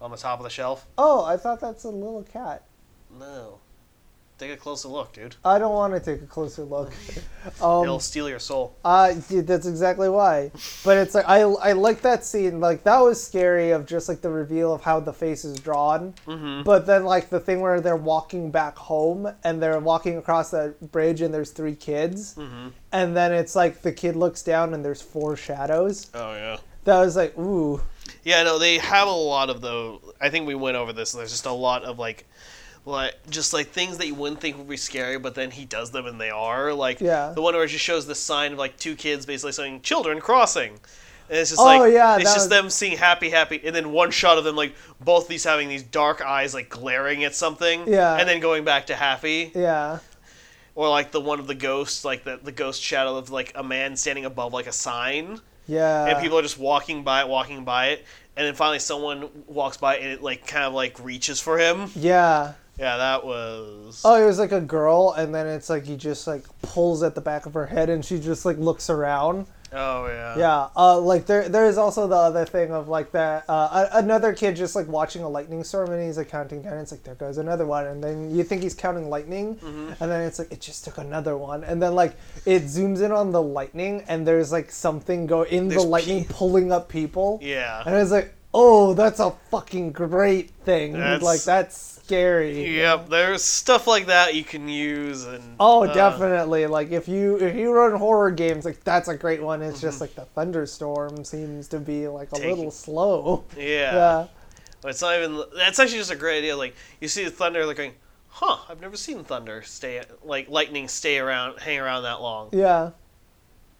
S1: On the top of the shelf.
S2: Oh, I thought that's a little cat.
S1: No, take a closer look, dude.
S2: I don't want to take a closer look. Um,
S1: It'll steal your soul.
S2: Uh, dude, that's exactly why. But it's like I, I like that scene. Like that was scary of just like the reveal of how the face is drawn.
S1: Mhm.
S2: But then like the thing where they're walking back home and they're walking across that bridge and there's three kids.
S1: Mm-hmm.
S2: And then it's like the kid looks down and there's four shadows.
S1: Oh yeah.
S2: That was like ooh.
S1: Yeah, no, they have a lot of though. I think we went over this. There's just a lot of like, like just like things that you wouldn't think would be scary, but then he does them and they are. Like
S2: Yeah.
S1: the one where it just shows the sign of like two kids basically saying "children crossing," and it's just
S2: Oh,
S1: like
S2: yeah,
S1: it's
S2: that
S1: just
S2: was-
S1: them seeing happy, happy, and then one shot of them like both these having these dark eyes like glaring at something,
S2: Yeah.
S1: and then going back to happy,
S2: Yeah.
S1: or like the one of the ghosts, like the the ghost shadow of like a man standing above like a sign
S2: Yeah.
S1: and people are just walking by it, walking by it, and then finally someone walks by and it like kind of like reaches for him.
S2: Yeah.
S1: Yeah, that was.
S2: Oh, it was like a girl, and then it's like he just like pulls at the back of her head, and she just like looks around.
S1: Oh yeah.
S2: Yeah, uh, like there, there is also the other thing of like that uh, a- another kid just like watching a lightning storm and he's like counting down. It's like there goes another one, and then you think he's counting lightning,
S1: Mm-hmm.
S2: and then it's like it just took another one, and then like it zooms in on the lightning, and there's like something go in
S1: There's
S2: the lightning
S1: pe-
S2: pulling up people.
S1: Yeah.
S2: and it's like oh, that's a fucking great thing.
S1: That's-
S2: Like that's scary.
S1: Yep, there's stuff like that you can use and
S2: Oh,
S1: uh,
S2: definitely. Like if you if you run horror games, like that's a great one. It's just like the thunderstorm seems to be like a
S1: Mm-hmm. Take
S2: little
S1: it.
S2: slow. *laughs*
S1: Yeah.
S2: Yeah.
S1: But it's not even that's actually just a great idea. Like you see the thunder like going, Huh, I've never seen thunder stay like lightning stay around hang around that long.
S2: Yeah.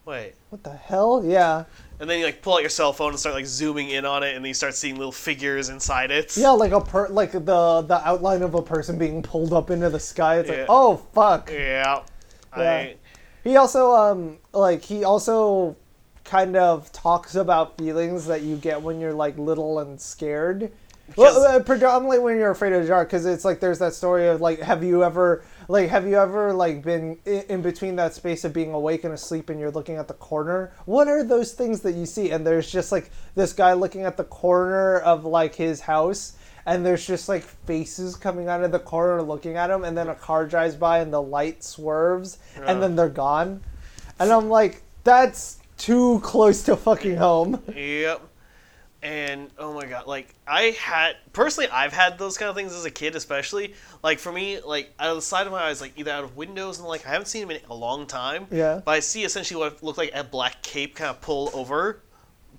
S1: Wait.
S2: What the hell? Yeah.
S1: And then you like pull out your cell phone and start like zooming in on it and then you start seeing little figures inside it.
S2: Yeah, like a per like the the outline of a person being pulled up into the sky. It's
S1: Yeah.
S2: like, "Oh fuck."
S1: Yeah.
S2: Yeah.
S1: I,
S2: He also um like he also kind of talks about feelings that you get when you're like little and scared. Well,
S1: Because-
S2: uh, predominantly when you're afraid of the dark, because it's like there's that story of like, have you ever like have you ever like been i- in between that space of being awake and asleep, and you're looking at the corner? What are those things that you see? And there's just like this guy looking at the corner of like his house. And there's just like faces coming out of the corner looking at him, and then a car drives by and the light swerves, and
S1: Yeah.
S2: then they're gone. And I'm like, that's too close to fucking home.
S1: Yep. And oh my god, like I had personally, I've had those kind of things as a kid, especially like for me, like out of the side of my eyes, like either out of windows and like I haven't seen them in a long time.
S2: Yeah.
S1: But I see essentially what looked like a black cape kind of pull over,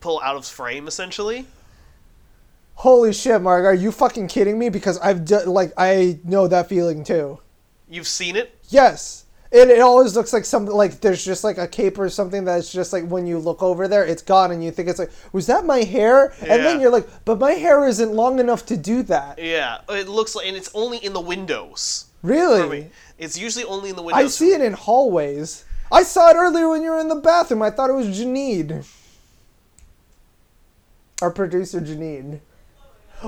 S1: pull out of frame essentially.
S2: Holy shit, Mark, are you fucking kidding me? Because I've d- like I know that feeling too.
S1: You've seen it.
S2: Yes. It, it always looks like something like there's just like a cape or something that's just like when you look over there, it's gone, and you think it's like, was that my hair? And then
S1: Yeah.
S2: you're like, but my hair isn't long enough to do that.
S1: Yeah. It looks like, and it's only in the windows. For me,
S2: Really?
S1: it's usually only in the windows.
S2: I see it in hallways. I saw it earlier when you were in the bathroom. I thought it was Janine. Our producer, Janine.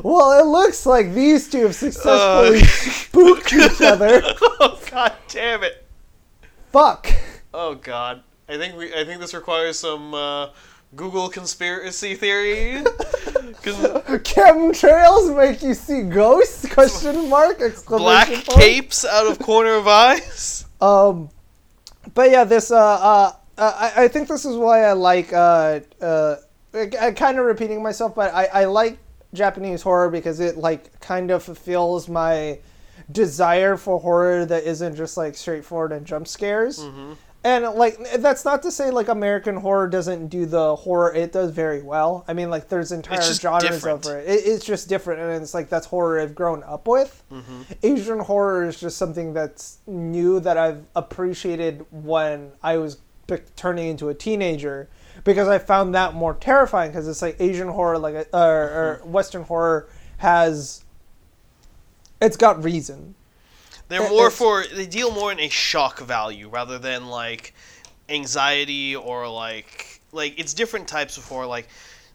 S2: Well, it looks like these two have successfully
S1: Uh. *laughs*
S2: spooked each other.
S1: *laughs* oh god damn it.
S2: Fuck.
S1: Oh God, I think we I think this requires some uh, Google conspiracy theory. 'Cause
S2: Chemtrails make you see ghosts? Question mark? Exclamation
S1: black
S2: point.
S1: capes out of corner of eyes.
S2: Um, but yeah, this uh, uh, I, I think this is why I like uh, uh, I, am kind of repeating myself, but I, I like Japanese horror because it like kind of fulfills my desire for horror that isn't just like straightforward and jump scares. And like that's not to say like American horror doesn't do the horror it does very well. I mean like there's entire
S1: just
S2: genres
S1: different.
S2: over it. it. It's just different, and it's like that's horror I've grown up with.
S1: Mm-hmm.
S2: Asian horror is just something that's new that I've appreciated when I was be- turning into a teenager because I found that more terrifying because it's like Asian horror, like uh, or,
S1: Mm-hmm.
S2: or Western horror has it's got reason.
S1: They're
S2: It-
S1: more
S2: it's-
S1: for they deal more in a shock value rather than like anxiety or like like it's different types of horror. Like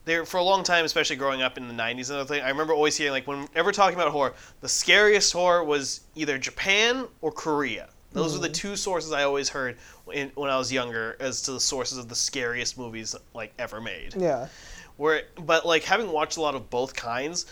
S1: there for a long time, especially growing up in the '90s and other thing, I remember always hearing like whenever talking about horror, the scariest horror was either Japan or Korea. Those were the two sources I always heard in, when I was younger as to the sources of the scariest movies like ever made
S2: Yeah,
S1: where but like having watched a lot of both kinds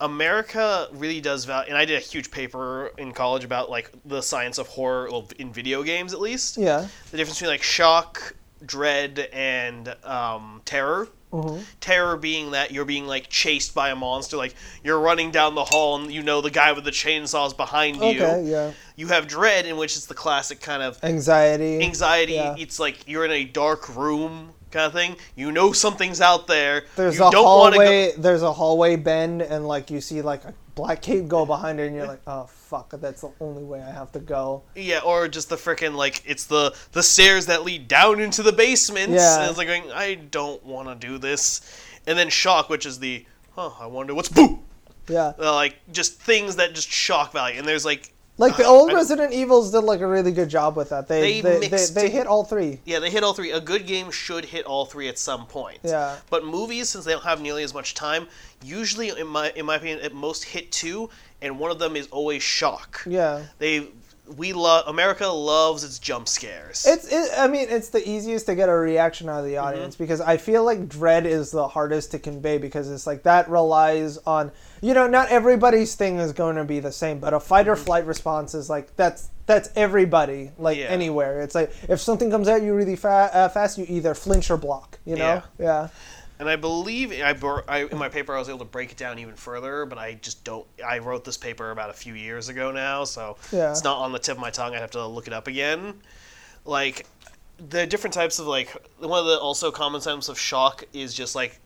S1: america really does value and i did a huge paper in college about like the science of horror well, in video games at least
S2: yeah,
S1: the difference between like shock dread and um, terror
S2: Mm-hmm.
S1: terror being that you're being like chased by a monster like you're running down the hall and you know the guy with the chainsaw is behind you
S2: okay, yeah.
S1: you have dread in which it's the classic kind of
S2: Anxiety,
S1: anxiety.
S2: Yeah.
S1: It's like you're in a dark room kind of thing. You know something's out there.
S2: There's
S1: you
S2: a
S1: don't wanna Go-
S2: hallway. There's a hallway bend, and like you see like a black cape go behind her, and you're like, oh fuck, that's the only way I have to go.
S1: yeah, or just the frickin' like it's the the stairs that lead down into the basements.
S2: Yeah.
S1: And it's like going, I don't want to do this. And then shock, which is the, oh, I wonder what's boo.
S2: Yeah.
S1: Uh, like just things that just shock value. And there's like
S2: Like the old
S1: *laughs* I-
S2: Resident Evils did like a really good job with that. They
S1: They
S2: they they, they,
S1: mixed it.
S2: hit all three.
S1: Yeah, they hit all three. A good game should hit all three at some point.
S2: Yeah.
S1: But movies, since they don't have nearly as much time, usually, in my in my opinion, at most hit two, and one of them is always shock.
S2: Yeah.
S1: They we love America loves its jump scares.
S2: It's. It, I mean, it's the easiest to get a reaction out of the audience because I feel like dread is the hardest to convey because it's like that relies on you know not everybody's thing is going to be the same, but a fight or flight response is like that's that's everybody like
S1: Yeah.
S2: anywhere. It's like if something comes at you really fa- uh, fast, you either flinch or block. You know. Yeah.
S1: and I believe I, bor- I in my paper I was able to break it down even further, but I just don't. I wrote this paper about a few years ago now, so
S2: Yeah.
S1: it's not on the tip of my tongue. I have to look it up again. Like the different types of like one of the also common sense of shock is just like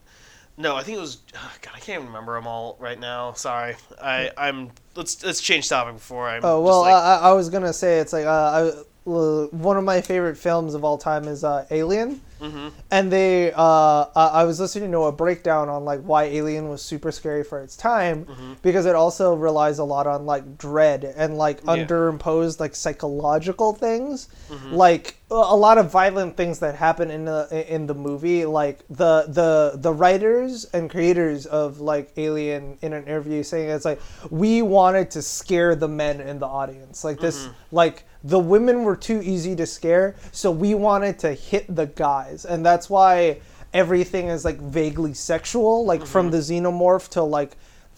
S1: no, I think it was oh, God. I can't even remember them all right now. Sorry, I I'm let's let's change topic before I'm.
S2: Oh well,
S1: just like,
S2: I, I was gonna say it's like uh, I, well, one of my favorite films of all time is uh, Alien, mm-hmm. and they uh, I I was listening to a breakdown on like why Alien was super scary for its time
S1: Mm-hmm.
S2: because it also relies a lot on like dread and like underimposed like psychological things, like a a lot of violent things that happen in the in the movie. Like the the the writers and creators of like Alien in an interview saying it's like we wanted to scare the men in the audience. Like this, like the women were too easy to scare, so we wanted to hit the guys, and that's why everything is like vaguely sexual, like from the xenomorph to like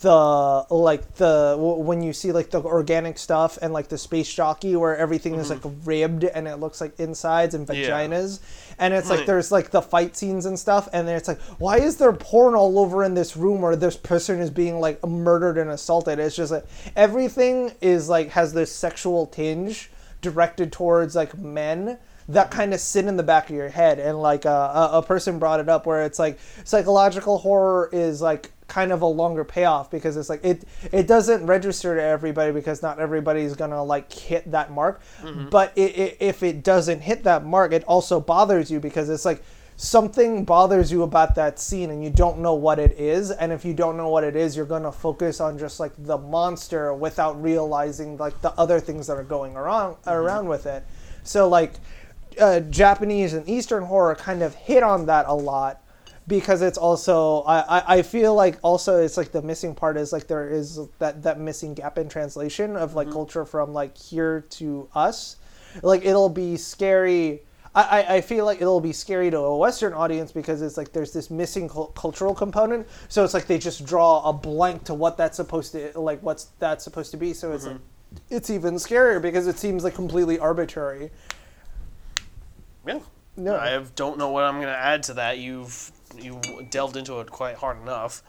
S2: the like the w- when you see like the organic stuff and like the space jockey where everything is like ribbed and it looks like insides and vaginas and it's like
S1: Right.
S2: there's like the fight scenes and stuff and then it's like why is there porn all over in this room where this person is being like murdered and assaulted it's just like everything is like has this sexual tinge directed towards like men that kind of sit in the back of your head and like uh, a, a person brought it up where it's like psychological horror is like kind of a longer payoff because it's like it it doesn't register to everybody because not everybody's gonna like hit that mark but it, it, if it doesn't hit that mark it also bothers you because it's like something bothers you about that scene and you don't know what it is and if you don't know what it is you're going to focus on just like the monster without realizing like the other things that are going around around with it so like uh, japanese and eastern horror kind of hit on that a lot because it's also I, I I feel like also it's like the missing part is like there is that that missing gap in translation of like culture from like here to us like it'll be scary I, I, I feel like it'll be scary to a western audience because it's like there's this missing cul- cultural component so it's like they just draw a blank to what that's supposed to like what's that's supposed to be so it's like it's even scarier because it seems like completely arbitrary uh,
S1: yeah.
S2: No.
S1: I have- don't know what I'm gonna add to that. You've you delved into it quite hard enough.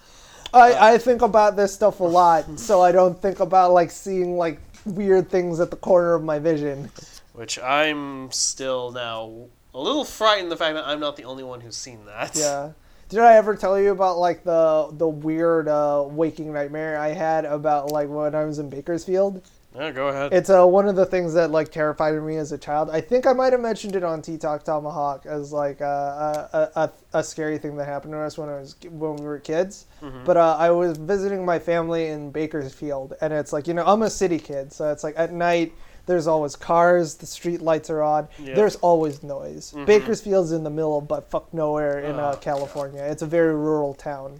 S2: I, I think about this stuff a lot, so I don't think about like seeing like weird things at the corner of my vision.
S1: Which I'm still now a little frightened the fact that I'm not the only one who's seen that. *laughs*
S2: Yeah. Did I ever tell you about like the the weird uh, waking nightmare I had about like when I was in Bakersfield?
S1: Yeah, go ahead.
S2: It's uh, one of the things that like terrified me as a child. I think I might have mentioned it on Tea Talk Tomahawk as like uh, a, a, a, a scary thing that happened to us when I was when we were kids.
S1: Mm-hmm.
S2: But uh, I was visiting my family in Bakersfield, and it's like you know I'm a city kid, so it's like at night there's always cars, the street lights are on,
S1: Yeah. Mm-hmm.
S2: there's always noise. Bakersfield's in the middle of but fuck nowhere in
S1: Oh,
S2: uh, California. It's a very rural town.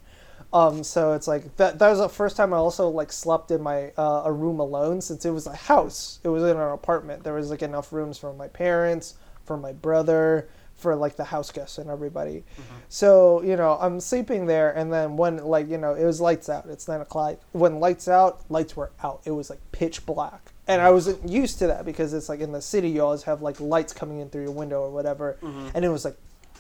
S2: Um, so it's like that. That was the first time I also like slept in my uh, a room alone since it was a house. It was in an apartment. There was like enough rooms for my parents, for my brother, for like the house guests and everybody. So you know I'm sleeping there, and then when like you know it was lights out. It's nine o'clock. When lights out, lights were out. It was like pitch black, and I wasn't used to that because it's like in the city you always have like lights coming in through your window or whatever, and it was like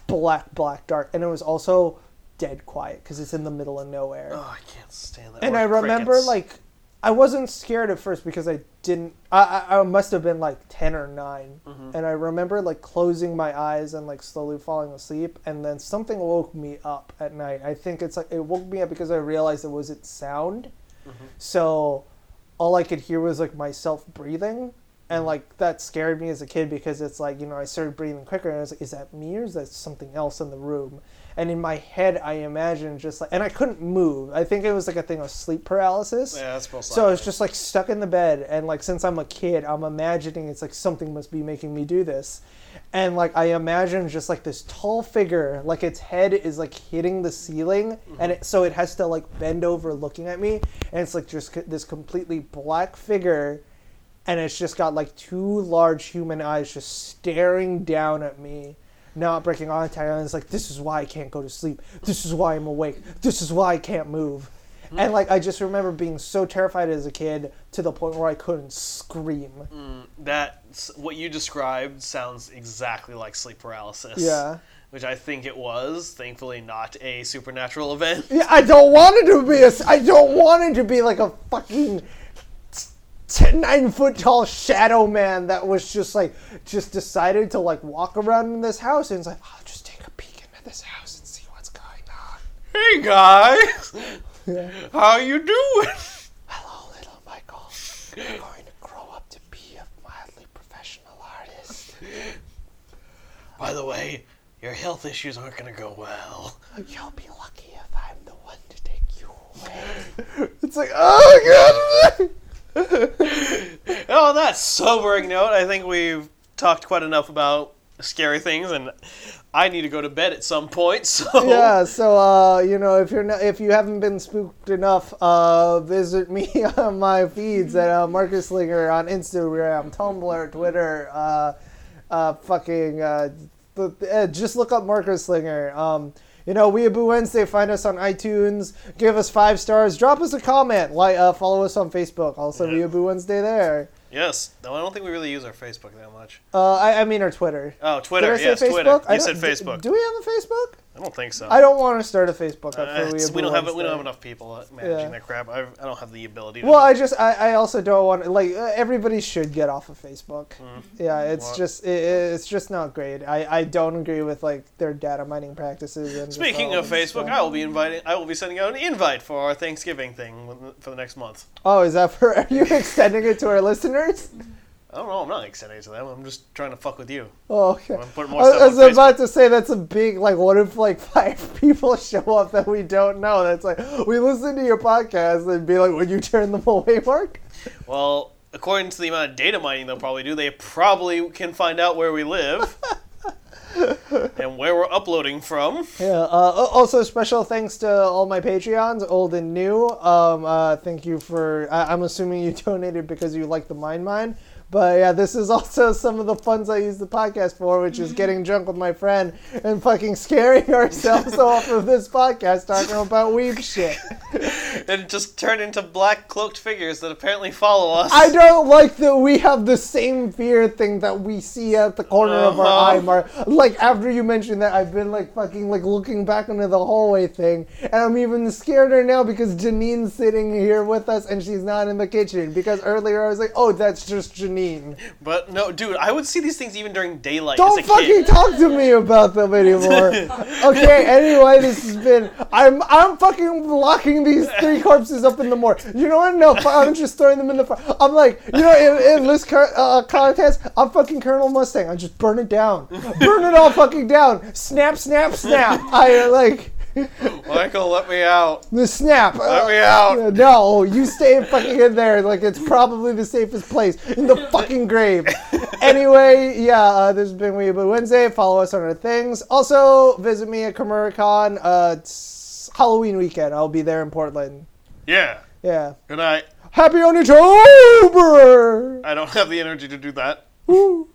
S2: black, black, dark, and it was also dead quiet because it's in the middle of nowhere.
S1: oh, I can't stand that.
S2: and
S1: word,
S2: I remember
S1: crickets.
S2: like I wasn't scared at first because I didn't. I I, I must have been like ten or 9
S1: Mm-hmm.
S2: and I remember like closing my eyes and like slowly falling asleep, and then something woke me up at night. I think it's like it woke me up because I realized it wasn't sound, so all I could hear was like myself breathing. And like that scared me as a kid because it's like, you know, I started breathing quicker and I was like, is that me or is that something else in the room? And in my head, I imagined just like, and I couldn't move. I think it was like a thing of sleep paralysis.
S1: yeah, that's most
S2: So I
S1: likely.
S2: was just like stuck in the bed, and like since I'm a kid, I'm imagining it's like something must be making me do this, and like I imagine just like this tall figure, like its head is like hitting the ceiling, and it, so it has to like bend over looking at me, and it's like just c- this completely black figure and it's just got like two large human eyes just staring down at me, not breaking contact. And it's like, this is why I can't go to sleep. This is why I'm awake. This is why I can't move. And like, I just remember being so terrified as a kid to the point where I couldn't scream.
S1: That's what you described sounds exactly like sleep paralysis.
S2: Yeah.
S1: Which I think it was. Thankfully, not a supernatural event. *laughs*
S2: Yeah, I don't want it to be a. s- I don't want it to be like a fucking t- nine foot tall shadow man that was just like just decided to like walk around in this house and it's like I'll just take a peek into this house and see what's going on. *laughs*
S1: Hey guys, how you doing?
S2: Hello, little Michael. You're going to grow up to be a mildly professional artist.
S1: By the way, your health issues aren't gonna go well.
S2: You'll be lucky if I'm the one to take you away. *laughs* it's like oh god.
S1: Oh, on that sobering note, I think we've talked quite enough about scary things, and I need to go to bed at some point. *laughs* So
S2: yeah so uh, you know if you're not, if you haven't been spooked enough uh, visit me *laughs* on my feeds at uh, marcus linger on instagram tumblr twitter uh, uh, fucking uh, th- uh, just look up marcus Slinger. um, you know, Weeaboo Wednesday. Find us on iTunes. Give us five stars. Drop us a comment. Like, uh, follow us on Facebook. Also,
S1: Yeah.
S2: Weeaboo Wednesday there.
S1: yes, though I don't think we really use our Facebook that much.
S2: Uh, I, I mean, our Twitter.
S1: Oh, Twitter.
S2: Did I
S1: yes,
S2: say
S1: Twitter.
S2: Facebook? I
S1: You said
S2: don't- d-
S1: Facebook.
S2: Do we have a Facebook?
S1: I don't think so.
S2: I don't want to start a Facebook up
S1: Uh,
S2: for
S1: it's-
S2: Weeaboo
S1: we don't have we
S2: Wednesday.
S1: don't have enough people uh, managing
S2: Yeah.
S1: that crap. I, I don't have the ability. To
S2: Well,
S1: do
S2: I
S1: it.
S2: just I, I also don't want like uh, everybody should get off of Facebook.
S1: Mm-hmm.
S2: Yeah, it's
S1: Well-
S2: just it, it's just not great. I, I don't agree with like their data mining practices. And just
S1: Speaking
S2: all
S1: of
S2: this
S1: Facebook,
S2: stuff.
S1: I will be inviting. I will be sending out an invite for our Thanksgiving thing with- for the next month.
S2: oh, is that for? *laughs* Are you extending it to our listeners?
S1: I don't know. I'm not excited to them. I'm just trying to fuck with you.
S2: Oh, okay.
S1: I'm gonna put
S2: I
S1: more stuff
S2: was
S1: on
S2: about to say that's a big like. What if like *laughs* five people show up that we don't know? That's like we listen to your podcast and be like, "Would you turn them away, Mark?"
S1: Well, according to the amount of data mining they'll probably do, they probably can find out where we live *laughs* and where we're uploading from.
S2: Yeah. Uh, al- also, special thanks to all my Patreons, old and new. Um, uh, thank you for. I, I'm assuming you *laughs* donated because you like the Mind Mine. But yeah, this is also *laughs* some of the funds I use the podcast for, which is getting drunk with my friend and fucking scaring *laughs* ourselves off of this podcast talking about weeb shit.
S1: And just turn into black cloaked figures that apparently follow us.
S2: I don't like that we have the same fear thing that we see at the corner of our
S1: Uh-huh.
S2: eye, Mark. Like after you mentioned that, I've been like fucking like looking back into the hallway thing, and I'm even scarier now because Janine's sitting here with us and she's not in the kitchen. Because earlier I was like, oh, that's just Janine.
S1: But no, dude, I would see these things even during daylight
S2: Don't
S1: as a
S2: fucking
S1: kid.
S2: talk to me about them
S1: *laughs*
S2: anymore. okay, anyway, this has been. I'm I'm fucking locking these three corpses up in the morgue. You know what?
S1: *laughs*
S2: No, fu- I'm just throwing them in the. fire. I'm like, you know, in, in this cur- uh, contest, I'm fucking Colonel Mustang. I just burn it down, burn it all fucking down. Snap, snap,
S1: *laughs*
S2: snap. I uh, like
S1: Michael, let me out.
S2: the snap.
S1: Let me out.
S2: Uh, No, you stay fucking in there. Like it's probably the safest place in the fucking grave. Anyway, yeah, uh, this has been Weeaboo Wednesday. Follow us on our things. Also, visit me at KomuraCon. Uh, it's Halloween weekend. I'll be there in Portland.
S1: Yeah.
S2: Yeah.
S1: Good night.
S2: Happy Onitober!
S1: I don't have the energy to do that.
S2: Woo.